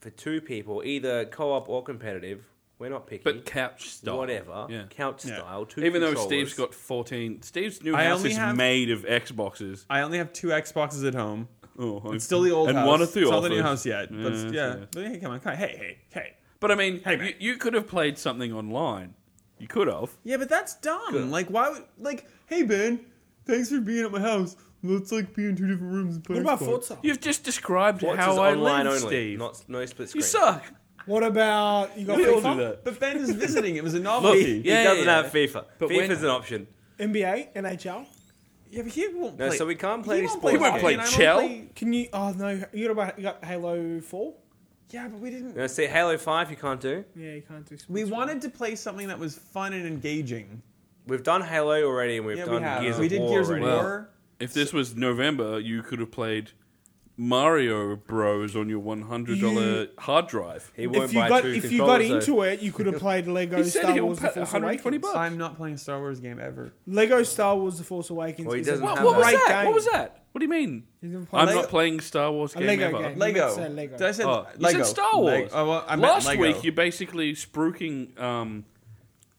B: for two people, either co op or competitive. We're not picky.
C: But couch style.
B: Whatever.
C: Yeah.
B: Couch
A: Yeah.
B: style. Two
C: Even though
B: controllers.
C: Steve's got 14, Steve's new
A: I
C: house
A: only
C: is
A: have-
C: made of Xboxes.
A: I only have two Xboxes at home.
C: Oh, okay.
A: It's still the old
C: and
A: house.
C: one at the
A: it's
C: office.
A: not the new house yet. But it's-
C: Yeah,
A: yeah,
C: yeah.
A: But hey, come on, come on. Hey, hey, hey.
C: But I mean,
A: Hey, man.
C: you, you could have played something online. You could have.
A: Yeah, but that's dumb. Like, why would like? Hey, Ben, thanks for being at my house. Let's like be in two different rooms and play.
D: What about
A: Xbox."
D: Forza?
C: You've just described
B: What's
C: how
B: is
C: I
B: online
C: live,
B: only,
C: Steve.
B: Not, no split screen.
C: you suck.
D: What about you got
C: We all
D: FIFA?
C: do that.
A: But Ben is visiting. It was a novelty.
B: He
C: Yeah,
B: doesn't
C: yeah,
B: have FIFA.
C: But
B: FIFA's
C: when-
B: an option.
D: NBA, NHL?
A: yeah, but he won't
B: No,
A: play.
B: so we can't play
A: he
B: any
A: won't
B: sports
C: He won't
B: games.
C: play
A: and I won't
C: Chell.
A: play-
D: Can you? Oh no, you got about you got Halo Four.
A: Yeah, but we didn't.
B: No, see, Halo 5 you can't do.
D: Yeah, you can't do.
A: We wanted to play something that was fun and engaging.
B: We've done Halo already and we've
A: yeah, we
B: done
A: have.
B: Gears of
A: we did
B: War
A: Gears
B: already.
A: of
C: Well,
A: War.
C: If this was November, you could have played Mario Bros on your one hundred dollar
D: You-
C: hard drive.
B: He won't
D: If you
B: buy
D: got
B: two
D: if you got
B: controllers, though.
D: into it, you could have played Lego
C: He said
D: Star
C: he'll
D: Wars: The
C: pay
D: Force
C: 120
D: Awakens.
C: bucks.
A: I'm not playing a Star Wars game ever.
D: Lego Star Wars: The Force Awakens.
B: Well, he
D: is a
B: doesn't
C: What,
B: have
C: what was
D: great
B: that.
C: that?
D: game.
C: What was that? What do you mean?
D: He's in
C: I'm
D: Lego-
C: not playing Star Wars
D: A
C: game
D: Lego
C: ever.
D: game.
A: Lego.
D: said Lego.
A: Did I say
C: Oh, you
A: Lego?
C: said Star Wars.
A: Leg- oh, well, I meant
C: Last
A: Lego.
C: week, you're basically spruiking um,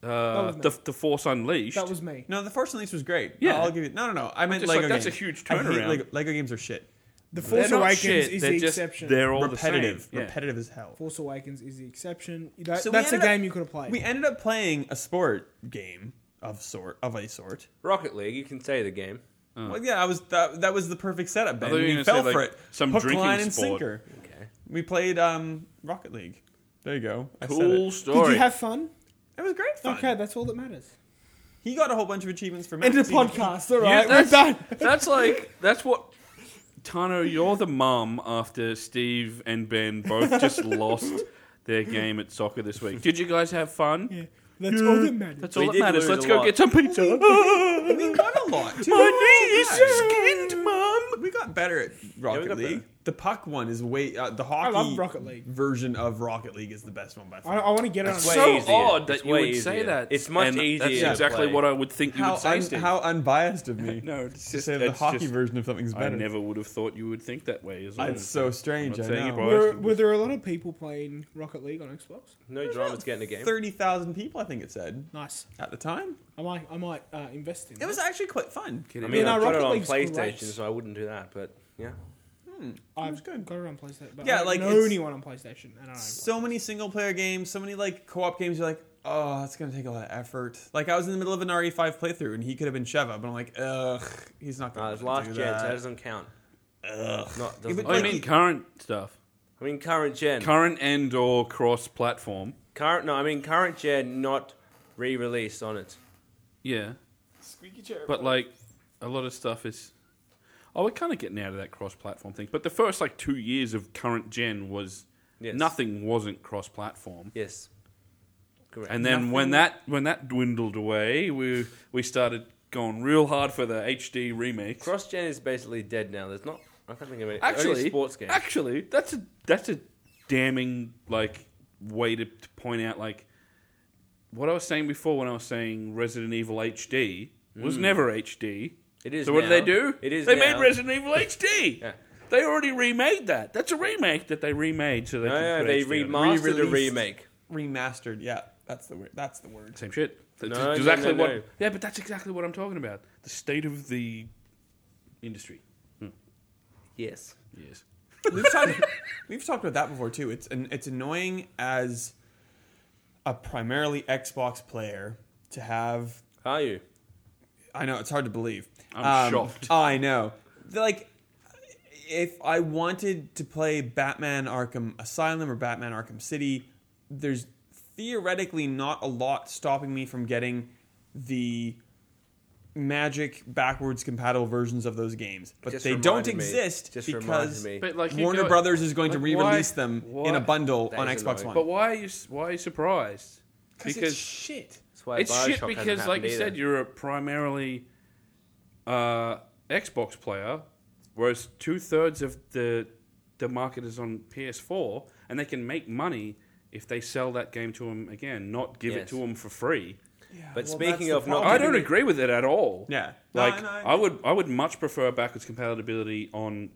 C: uh,
D: was me.
C: the, the Force Unleashed.
D: That was me.
A: No, the first release was great.
C: Yeah.
A: I'll give you. No, no, no. I meant
C: just
A: Lego
C: like, that's
A: games.
C: a huge
A: I hate
C: turnaround.
A: Lego, Lego games are shit.
D: The
C: They're
D: Force
C: not
D: Awakens
C: shit,
D: is
C: they're
D: the
C: just-
D: exception.
C: They're all
A: repetitive,
C: The same. Yeah.
A: repetitive as hell.
D: Force Awakens is the exception. You don't-
A: So we
D: that's a
A: ended up-
D: game you could have played.
A: We ended up playing a sport game of sort of a sort.
B: Rocket League, you can say the game.
A: Well, yeah, I was that, that was the perfect setup. Ben.
C: Oh. thought you were
A: We
C: gonna
A: fell
C: say,
A: for
C: like,
A: it.
C: some
A: Hook,
C: drinking
A: line, and
C: sport.
A: sinker.
B: Okay.
A: We played um, Rocket League. There you go. I said
C: Cool
A: it.
C: story.
D: Did you have fun?
A: It was great fun.
D: Okay, that's all that matters.
A: He got a whole bunch of achievements for me.
D: End the podcast. All
C: You-
D: right, we're
C: that's,
D: done.
C: that's like that's what Tano, you're the mum after Steve and Ben both just lost their game at soccer this week. Did you guys have fun?
D: Yeah, that's all that matters.
C: That's
B: We
C: all that
B: did
C: matters.
B: lose
C: Let's
B: a
C: go
B: lot.
C: get some pizza.
A: We won a lot. Too.
C: skinned, mum.
A: We got better at Rocket
B: got
A: League. The puck one is way uh, the hockey
D: love Rocket League.
A: version of Rocket League is the best one by
D: I,
A: far.
D: I want to get it on.
B: way
C: so
B: easier.
C: odd that
B: It's
C: you
B: way
C: would say
B: easier.
C: that.
B: It's much
C: And
B: easier to
C: That's exactly
B: play.
C: what I would think you
A: How,
C: would say,
A: un-
C: Steve.
A: how unbiased of me
C: no, it's
A: to
C: just
A: say the
C: it's
A: hockey
C: just-
A: version of something's
C: I
A: better.
C: never would have thought you would think that way. Is all.
A: It's so strange.
C: I'm
A: I
C: not saying
A: know.
C: it, bro.
D: Were, were there a lot of people playing Rocket League on Xbox?
B: No drama's getting a game.
A: Thirty thousand people, I think it said
D: Nice.
A: at the time.
D: I might, I might uh, invest in.
A: It
D: that.
A: was actually quite fun.
B: I
C: I
B: mean,
D: mean,
B: I
D: our
B: put it
D: Rocket
B: on
D: League's
B: PlayStation,
D: great.
B: so I wouldn't do that. But yeah,
D: I've got it on PlayStation. But
A: Yeah,
D: I don't
A: like,
D: know
A: it's-
D: anyone on PlayStation, and I don't.
A: So many single player games, so many like co op games. You're like, oh, that's gonna take a lot of effort. Like I was in the middle of an RE5 playthrough, and he could have been Sheva, but I'm like, ugh, he's not
B: no,
A: gonna.
B: it's last
A: do
B: gen, so that
A: that.
B: doesn't count.
A: Ugh.
B: Not
A: Yeah,
B: doesn't
A: but
C: Oh, you
B: count.
A: like-
C: mean current stuff?
B: I mean current gen.
C: Current and or cross platform.
B: current no, I mean current gen not re-released on it.
C: Yeah.
A: Squeaky chair.
C: But like a lot of stuff is Oh, we're kinda getting out of that cross platform thing. But the first like two years of current gen was
B: Yes.
C: nothing wasn't cross platform.
B: Yes. Correct.
C: And then when that when that dwindled away, we we started going real hard for the HD remakes.
B: cross gen is basically dead now. There's not I can't think of any
C: actually,
B: only sports games.
C: Actually, that's a that's a damning like way to, to point out like what I was saying before when I was saying Resident Evil HD was never HD.
B: Hmm. It is
C: So what did they
B: now.
C: do?
B: It is
C: They
B: now.
C: made Resident Evil HD.
B: Yeah.
C: They already remade that. That's a remake that they remade. So they
B: no,
C: can
B: no,
C: put
B: Oh, they
C: HD on it.
B: remastered the
A: Re-released.
B: remake.
A: Remastered. Yeah, that's the word. That's the word.
C: Same shit. That's
B: No, no,
C: exactly
B: no,
C: what.
B: no.
C: Yeah, but that's exactly what I'm talking about. The state of the industry.
B: Yes.
C: Yes.
A: we've talked we've talked about that before too. It's an, it's annoying as a primarily Xbox player to have.
B: Are you?
A: I know it's hard to believe. Um,
C: I'm shocked.
A: I know. They're Like, if I wanted to play Batman Arkham Asylum or Batman Arkham City, there's theoretically not a lot stopping me from getting the magic backwards compatible versions of those games but
B: Just
A: they don't
B: reminded me-
A: exist
B: just reminded
A: because
B: me.
C: But like you
A: Warner
C: go-
A: Brothers is going to
C: like, why-
A: re-release them in
C: why-
A: a bundle
B: That
A: on
B: is
A: Xbox
B: annoying.
A: One.
C: But why are you why are you surprised?
D: it's shit.
B: That's why
C: it's shit
B: Bioshock hasn't
C: because, like
B: happened
C: you said,
B: either.
C: you're a primarily uh, Xbox player, whereas two thirds of the the market is on PS4, and they can make money if they sell that game to them again, not give
B: Yes.
C: it to them for free.
B: But
A: Well, that's
B: speaking
A: the
B: of not
A: problem.
C: I don't agree with it at all.
A: Oh, Yeah. No,
C: like
A: no, I-
C: I would, I would much prefer backwards compatibility on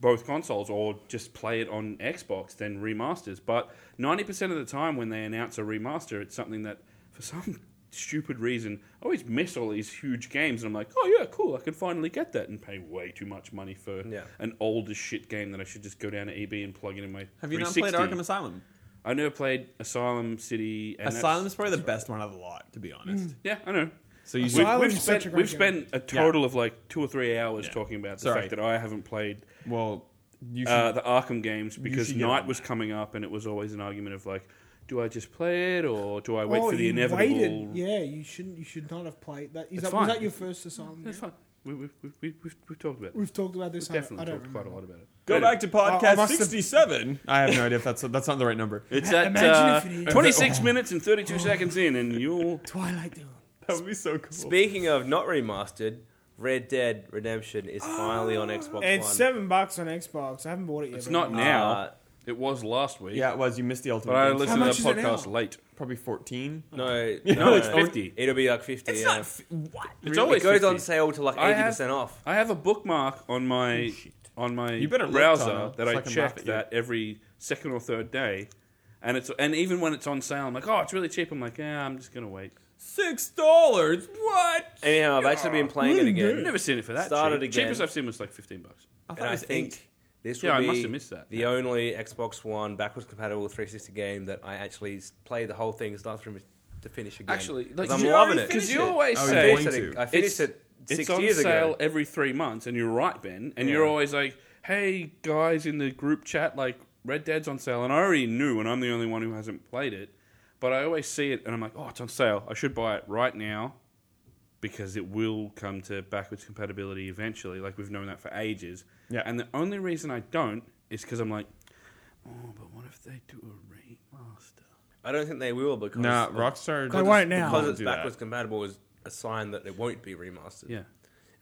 C: both consoles, or just play it on Xbox than remasters. But ninety percent of the time, when they announce a remaster, it's something that, for some stupid reason, I always miss all these huge games, and I'm like, oh yeah, cool, I can finally get that, and pay way too much money for
B: Yeah.
C: an old as shit game that I should just go down to EB and plug it in my.
A: Have you not played
C: 360.
A: Arkham Asylum?
C: I never played Asylum City. And that's- Mm.
A: Asylum is probably the best one of the lot, to be honest.
C: Yeah, I know.
A: So you
C: We've-
A: should.
D: Asylum-
C: We've,
D: is
C: spent,
D: such a
C: a
D: great
C: we've spent a total of like two or three hours
A: Yeah.
C: talking about the
A: Sorry.
C: fact that I haven't played
A: Well, you should.
C: uh, the Arkham games because
A: should get
C: night
A: on
C: was
A: that.
C: coming up and it was always an argument of like, do I just play it or do I wait for the
D: Oh, you
C: inevitable?
D: waited. Yeah, you shouldn't. You should not have played that. Is
C: It's
D: that
C: fine.
D: was that your first asylum?
C: That's
D: game?
C: fine. We, we, we, we, we've, we've talked about it.
D: We've talked about
C: We've
D: this. I- I
C: definitely
D: don't
C: talked quite a
D: remember.
C: lot about it.
A: Go back to
D: I- I
A: podcast
D: must have-
A: 67. I have no idea if that's that's not the right number.
C: It's
D: Ma-
C: at
D: imagine
C: uh,
D: if it is.
C: 26 minutes and 32 seconds in, and you'll.
D: Twilight Dawn.
A: That would be so cool.
B: Speaking of not remastered, Red Dead Redemption is finally on Xbox
D: It's
B: One.
D: seven bucks on Xbox. I haven't bought it yet.
C: It's
D: but
C: not
D: I'm-
C: now.
B: Uh,
C: it was last week.
A: yeah, it was. You missed the ultimate.
C: But I
A: Game.
C: listened to
D: much
C: that
D: is it now?
C: podcast late.
A: Probably 14.
B: No,
A: No,
B: no,
A: it's
C: 50.
B: It'll be like fifty.
A: It's
B: yeah.
A: not. F- what?
C: It's
A: Really?
B: it
C: always
B: goes
C: 50.
B: on sale to like
C: I
B: eighty
C: have-
B: percent off.
C: I have a bookmark on my on my
A: You better look,
C: browser
A: Connor,
C: that
A: so
C: I
A: I can laugh
C: check
A: at you.
C: that every second or third day, and it's and even when it's on sale, I'm like, oh, it's really cheap. I'm like, yeah, I'm just gonna wait.
A: Six dollars. What?
B: Anyhow, I've actually been playing
A: Mm,
B: it
C: I've
B: again.
C: never seen it for that.
B: Started
C: cheap.
B: again.
C: Cheapest I've seen was like fifteen bucks.
A: I thought
B: and
A: it
B: I
A: was
B: think
A: eight.
B: this will
C: Yeah, I
B: be
C: must have missed that.
B: the
C: Yeah.
B: only Xbox One backwards compatible 360 game that I actually s- play the whole thing start from to finish again.
C: Actually, like,
B: 'Cause I'm
C: you
B: loving
A: already
B: it.
A: finished
C: Because you
A: it.
C: always
A: Oh,
B: I
A: you're
C: say
A: going
B: finished, it,
A: to.
B: I finished it six
C: it's on
B: years
C: sale
B: ago.
C: every three months, and you're right, Ben. And
B: Yeah.
C: you're always like, "Hey guys, in the group chat, like Red Dead's on sale," and I already knew, and I'm the only one who hasn't played it. But I always see it, and I'm like, "Oh, it's on sale. I should buy it right now." Because it will come to backwards compatibility eventually, like we've known that for ages.
A: Yeah.
C: And the only reason I don't is because I'm like, oh, but what if they do a remaster?
B: I don't think they will because
A: Nah, Rockstar.
D: They won't now.
B: because
A: Won't
B: it's
A: do that.
B: backwards compatible is a sign that it won't be remastered.
C: Yeah.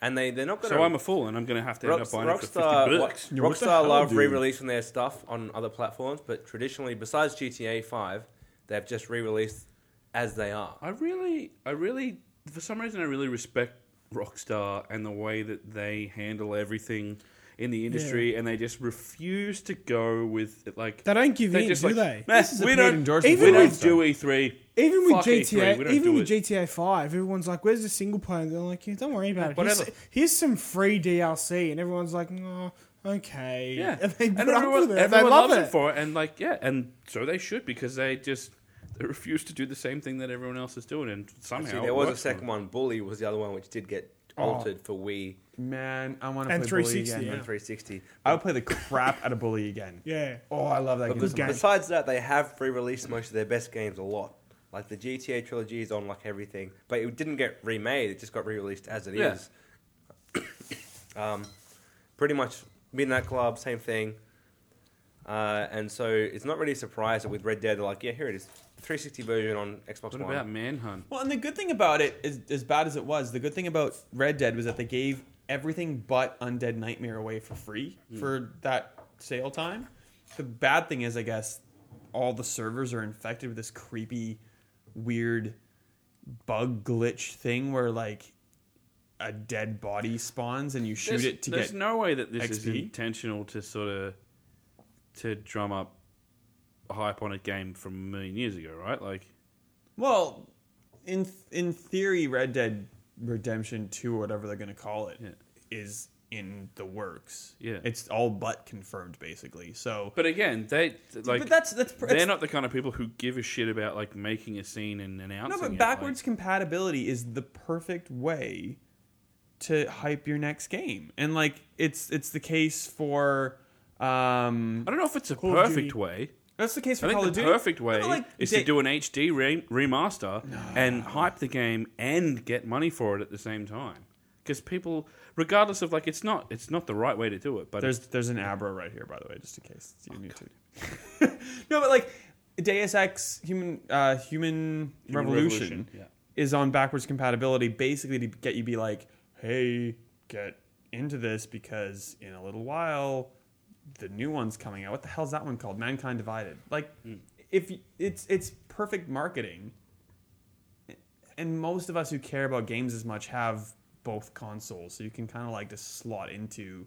B: and they they're not going
C: So I'm a fool, and I'm going to have to end
B: Rock,
C: up buying it for
B: Rockstar,
C: 50
B: what-
C: bucks.
A: Yeah, what the
B: Rockstar
A: hell,
B: love
A: dude?
B: re-releasing their stuff on other platforms, but traditionally, besides GTA 5, they've just re-released as they are.
C: I really, I really, for some reason, I really respect Rockstar and the way that they handle everything in the industry, and they just refuse to go with like.
D: They don't give in,
C: just
D: do
C: like,
D: they?
C: "Meh,
A: is a
C: we
A: paid
C: don't.
A: endorsement
C: we
D: for
C: don't
A: Rockstar."
C: do E three.
D: Even with
C: Fuck E3, we
D: GTA,
C: don't
D: even
C: do
D: with
C: it.
D: GTA Five, everyone's like, "Where's the single player?" They're like, yeah, "Don't worry about it. Here's,
C: Whatever.
D: here's some free DLC," and everyone's like, "No, okay."
C: Yeah,
D: and they put
C: and
D: up with
C: everyone,
D: it.
C: everyone
D: they love
C: loves it. for it, and like yeah, and so they should because they just they refuse to do the same thing that everyone else is doing, and somehow
B: See,
C: it
B: there was a
C: works for them.
B: second one. Bully was the other one, which did get
C: Oh.
B: altered for Wii
A: Man, I want to
D: And
A: play Bully
D: 360,
A: again.
D: yeah.
B: and 360.
A: I would play the crap out of Bully again.
D: Yeah.
A: Oh, I love that
B: Because
A: game. so much.
B: besides that, they have re-released most of their best games a lot. Like the GTA trilogy is on like everything, but it didn't get remade. It just got re-released as it is.
C: Yeah.
B: um, pretty much Midnight Club, same thing. Uh, and so it's not really a surprise that with Red Dead, they're like, yeah, here it is, 360 version on Xbox
C: What
B: One.
C: about Manhunt?
A: Well, and the good thing about it is, as bad as it was, the good thing about Red Dead was that they gave everything but Undead Nightmare away for free
C: Hmm.
A: for that sale time. The bad thing is, I guess, all the servers are infected with this creepy, weird bug glitch thing where like a dead body spawns and you shoot
C: there's,
A: it to
C: there's
A: get.
C: no way that this is
A: XP.
C: intentional to sort of to drum up hype on a game from a million years ago, right? Like,
A: well, in in theory, Red Dead Redemption Two or whatever they're going to call it is
C: Yeah.
A: in the works.
C: Yeah.
A: it's all but confirmed basically. So,
C: but again, they like
A: but that's that's pr-
C: they're
A: it's-
C: not the kind of people who give a shit about like making a scene and announcing.
A: no.
C: it,
A: But
C: like-
A: backwards compatibility is the perfect way to hype your next game, and like it's it's the case for. Um,
C: I don't know if it's a
D: of
C: perfect
D: Duty.
C: way.
A: that's the case for
C: I
A: Call
C: think
A: of
C: the
A: Duty.
C: perfect way
A: No, like,
C: is
A: they-
C: to do an HD re- remaster and hype the game and get money for it at the same time. Because people, regardless of like, it's not it's not the right way to do it. But
A: There's there's an Abra right here, by the way, just in case you need to. no, but like Deus Ex Human uh, Human,
C: Human
A: Revolution,
C: Revolution, yeah.
A: is on backwards compatibility, basically to get you be like, hey, get into this because in a little while the new one's coming out. What the hell's that one called? Mankind Divided. Like,
C: Hmm.
A: if y- it's it's perfect marketing, and most of us who care about games as much have both consoles, so you can kind of like just slot into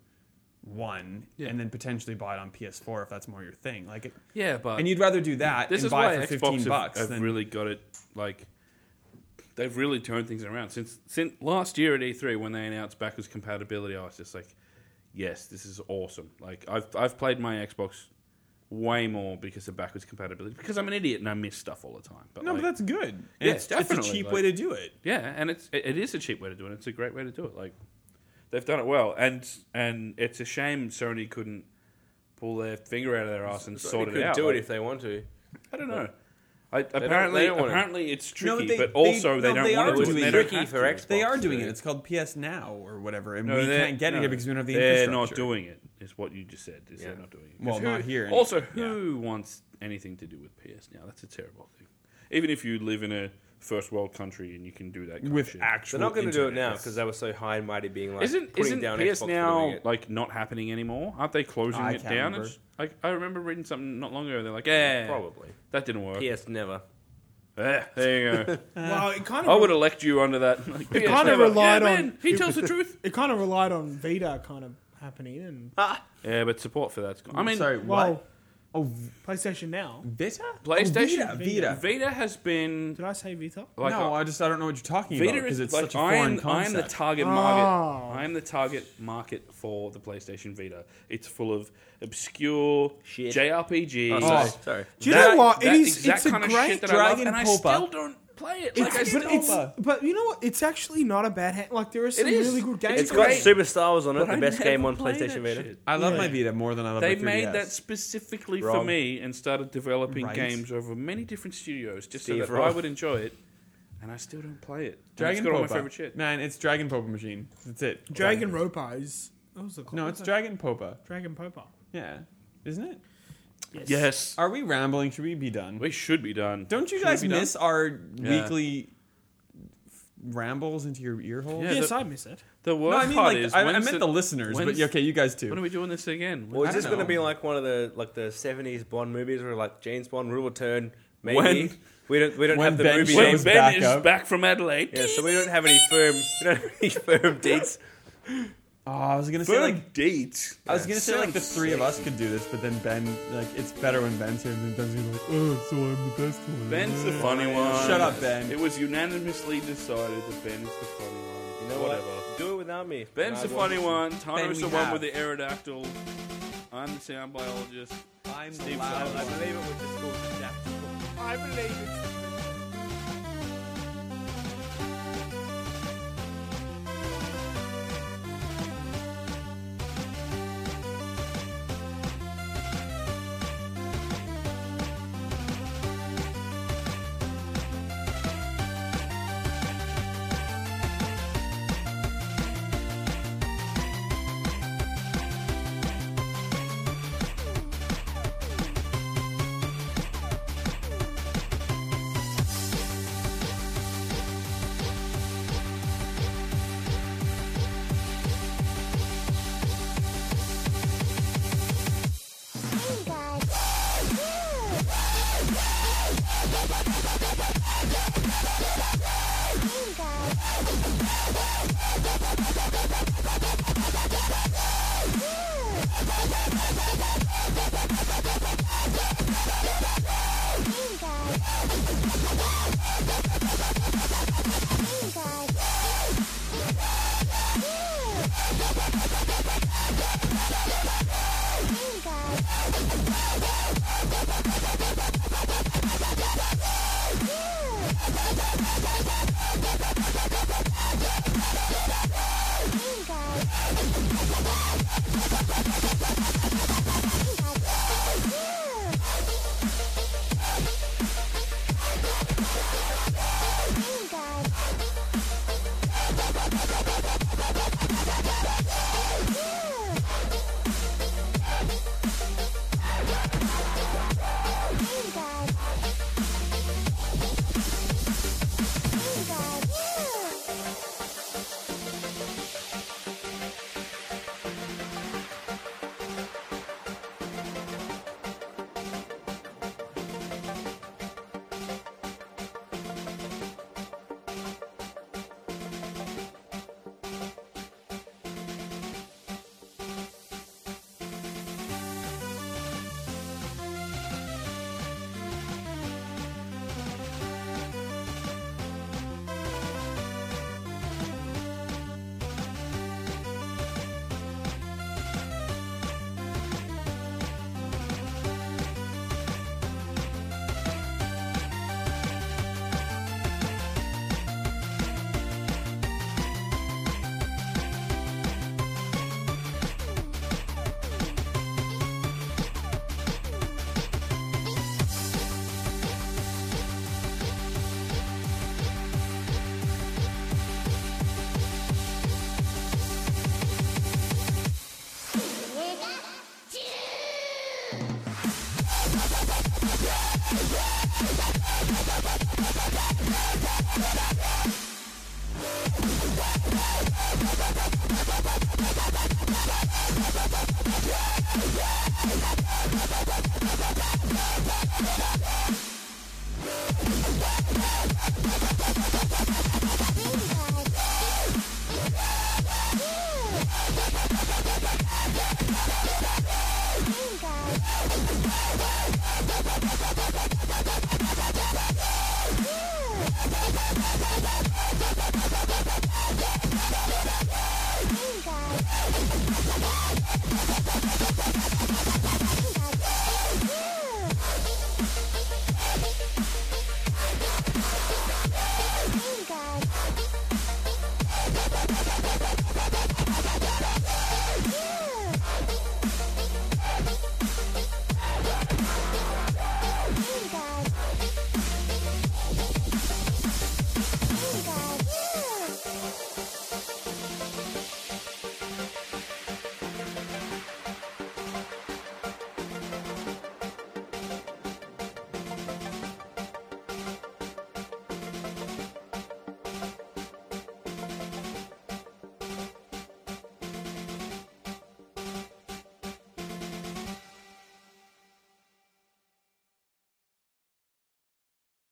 A: one
C: Yeah.
A: and then potentially buy it on PS4 if that's more your thing. Like, it,
C: yeah, but
A: and you'd rather do that
C: this
A: and
C: is
A: buy
C: why
A: it for
C: Xbox
A: fifteen
C: have,
A: bucks
C: have
A: than
C: really got it. Like they've really turned things around since since last year at E3 when they announced backwards compatibility. I was just like, yes, this is awesome. Like I've I've played my Xbox way more because of backwards compatibility because I'm an idiot and I miss stuff all the time. But
A: no,
C: like,
A: but that's good. And
C: Yeah,
A: it's, it's a
C: definitely,
A: cheap
C: like-
A: way to do it.
C: Yeah, and it's it, it is a cheap way to do it. It's a great way to do it. Like they've done it well, and and it's a shame Sony couldn't pull their finger out of their ass and
B: So
C: sort
B: they
C: it
B: could
C: out.
B: do
C: like,
B: it if they want to.
C: I don't know. I, apparently,
B: they don't wanna-
C: apparently it's
A: No,
C: tricky,
A: they-
C: but
A: they-
C: also they,
A: no,
C: don't
A: they
C: want
A: are
C: to do it.
A: doing
C: and
A: it.
C: they don't
B: Tricky
C: have
B: for
C: to.
B: Xbox.
A: They are doing
B: yeah.
A: it. It's called PS Now or whatever, and
C: No,
A: we
C: they're-
A: can't get
C: no,
A: it because we don't have the
C: They're not
A: infrastructure.
C: doing it. Is what you just said. Is they're
B: Yeah.
C: not doing it.
A: Well,
C: 'Cause
A: not here.
C: Also, who wants anything to do with PS now? That's a terrible thing. Even if you live in a first world country and you can do that kind
A: with
C: of shit.
A: actual.
B: They're not going to do it
A: internet.
B: now because they were so high and mighty, being like
C: isn't
B: putting
C: isn't
B: down
C: PS
B: Xbox for
C: now
B: doing it.
C: like not happening anymore? Aren't they closing
A: I
C: it
A: can't
C: down?
A: remember.
C: It's- Like I remember reading something not long ago. They're like, yeah,
B: probably.
C: that didn't work.
B: PS never.
C: Eh, there you go.
D: well, it kind
C: Uh, I
D: of
C: would elect you under that. Like, PS
D: kinda
C: never.
D: relied
C: yeah,
D: on-
C: Man, he tells the truth.
D: it kind of relied on Vita kind of happening and
C: Uh, Yeah, but support for that's gone. I mean,
A: sorry, what?
D: well,
A: Oh, v-
D: PlayStation Now.
A: Vita,
C: PlayStation?
A: oh, Vita. Vita.
C: Vita has been
D: Did I say Vita?
C: like
A: no,
C: a-
A: I just I don't know what you're talking about
C: Vita
A: because
C: is
A: it's
C: like
A: such a
C: I
A: foreign
C: am, I am
A: concept.
C: the target market.
D: Oh.
C: I am the target market for the PlayStation Vita. It's full of obscure
B: Shit.
C: JRPGs.
B: Oh, sorry. sorry.
D: Do you know what? It
C: that
D: is.
C: exact
D: It's a
C: kind of
D: great
C: shit that
A: Dragon
C: I love, and
A: Pulpa.
C: I still don't play it. Like, I
D: It's,
C: still,
D: but it's
A: Nova.
D: but you know what? It's actually not a bad hand. Like there are some
C: It is.
D: really good games.
C: It's
B: It's
D: on
B: got
C: great.
D: it.
B: superstars on it.
C: but
B: The
C: I
B: best game
C: never
B: on
C: play that
B: PlayStation Vita.
C: shit.
A: I love
D: Yeah.
A: my Vita more than I love.
C: They
A: my
C: made
A: 3DS.
C: that specifically for
B: Wrong.
C: me and started developing
A: Right.
C: games over many different studios just
B: Steve,
C: so that I
B: wrong.
C: would enjoy it, and I still don't play it. And
A: Dragon
C: it's got all my
A: Popa.
C: favorite shit.
A: Man, it's Dragon Popa machine. That's it.
D: Dragon Ropa is. What was it called?
A: No,
D: What
A: it's
D: was
A: Dragon Popa.
D: it? Dragon Popa.
A: Yeah, isn't it?
C: Yes,
A: Are we rambling? Should we be done?
C: we should be done.
A: Don't you
C: Should we
A: guys
C: be done?
A: miss our
C: Yeah.
A: weekly f- rambles into your ear holes?
C: Yeah,
D: yes,
C: the-
D: I miss it.
C: The worst
A: No, I mean
C: part
A: like
C: is
A: I, I
C: when's
A: meant the, listeners, but
C: when's-
A: yeah, okay, you guys
C: When are
A: too.
C: we doing this again?
B: Or
A: I
B: is this
A: don't
B: going to
A: know.
B: be like one of the like the seventies Bond movies where like James Bond will return? Maybe
C: When-
B: we don't we don't
A: when
B: have the
A: Ben
B: movie
A: shows
C: when
B: names.
A: was
C: Ben
A: back
C: is
A: up.
C: back from Adelaide.
B: Yeah, so we don't have any firm we don't have any firm dates.
A: Oh, I was gonna say
C: Firm
A: like
C: dates.
A: I was gonna say like the three of us could do this, but then Ben like it's better when Ben's here. And then Ben's gonna be like, oh, so I'm the best one.
C: Ben's the funny one.
A: Shut up, Ben.
C: It was unanimously decided that Ben is the funny one.
B: You know
C: Whatever.
B: what? Do it without me.
C: Ben's the funny one. Tyler's
A: we
C: the one
A: have.
C: with the aerodactyl. I'm the sound biologist.
A: I'm
C: Steve's the loud
B: I believe it was just called adaptable.
D: I believe it's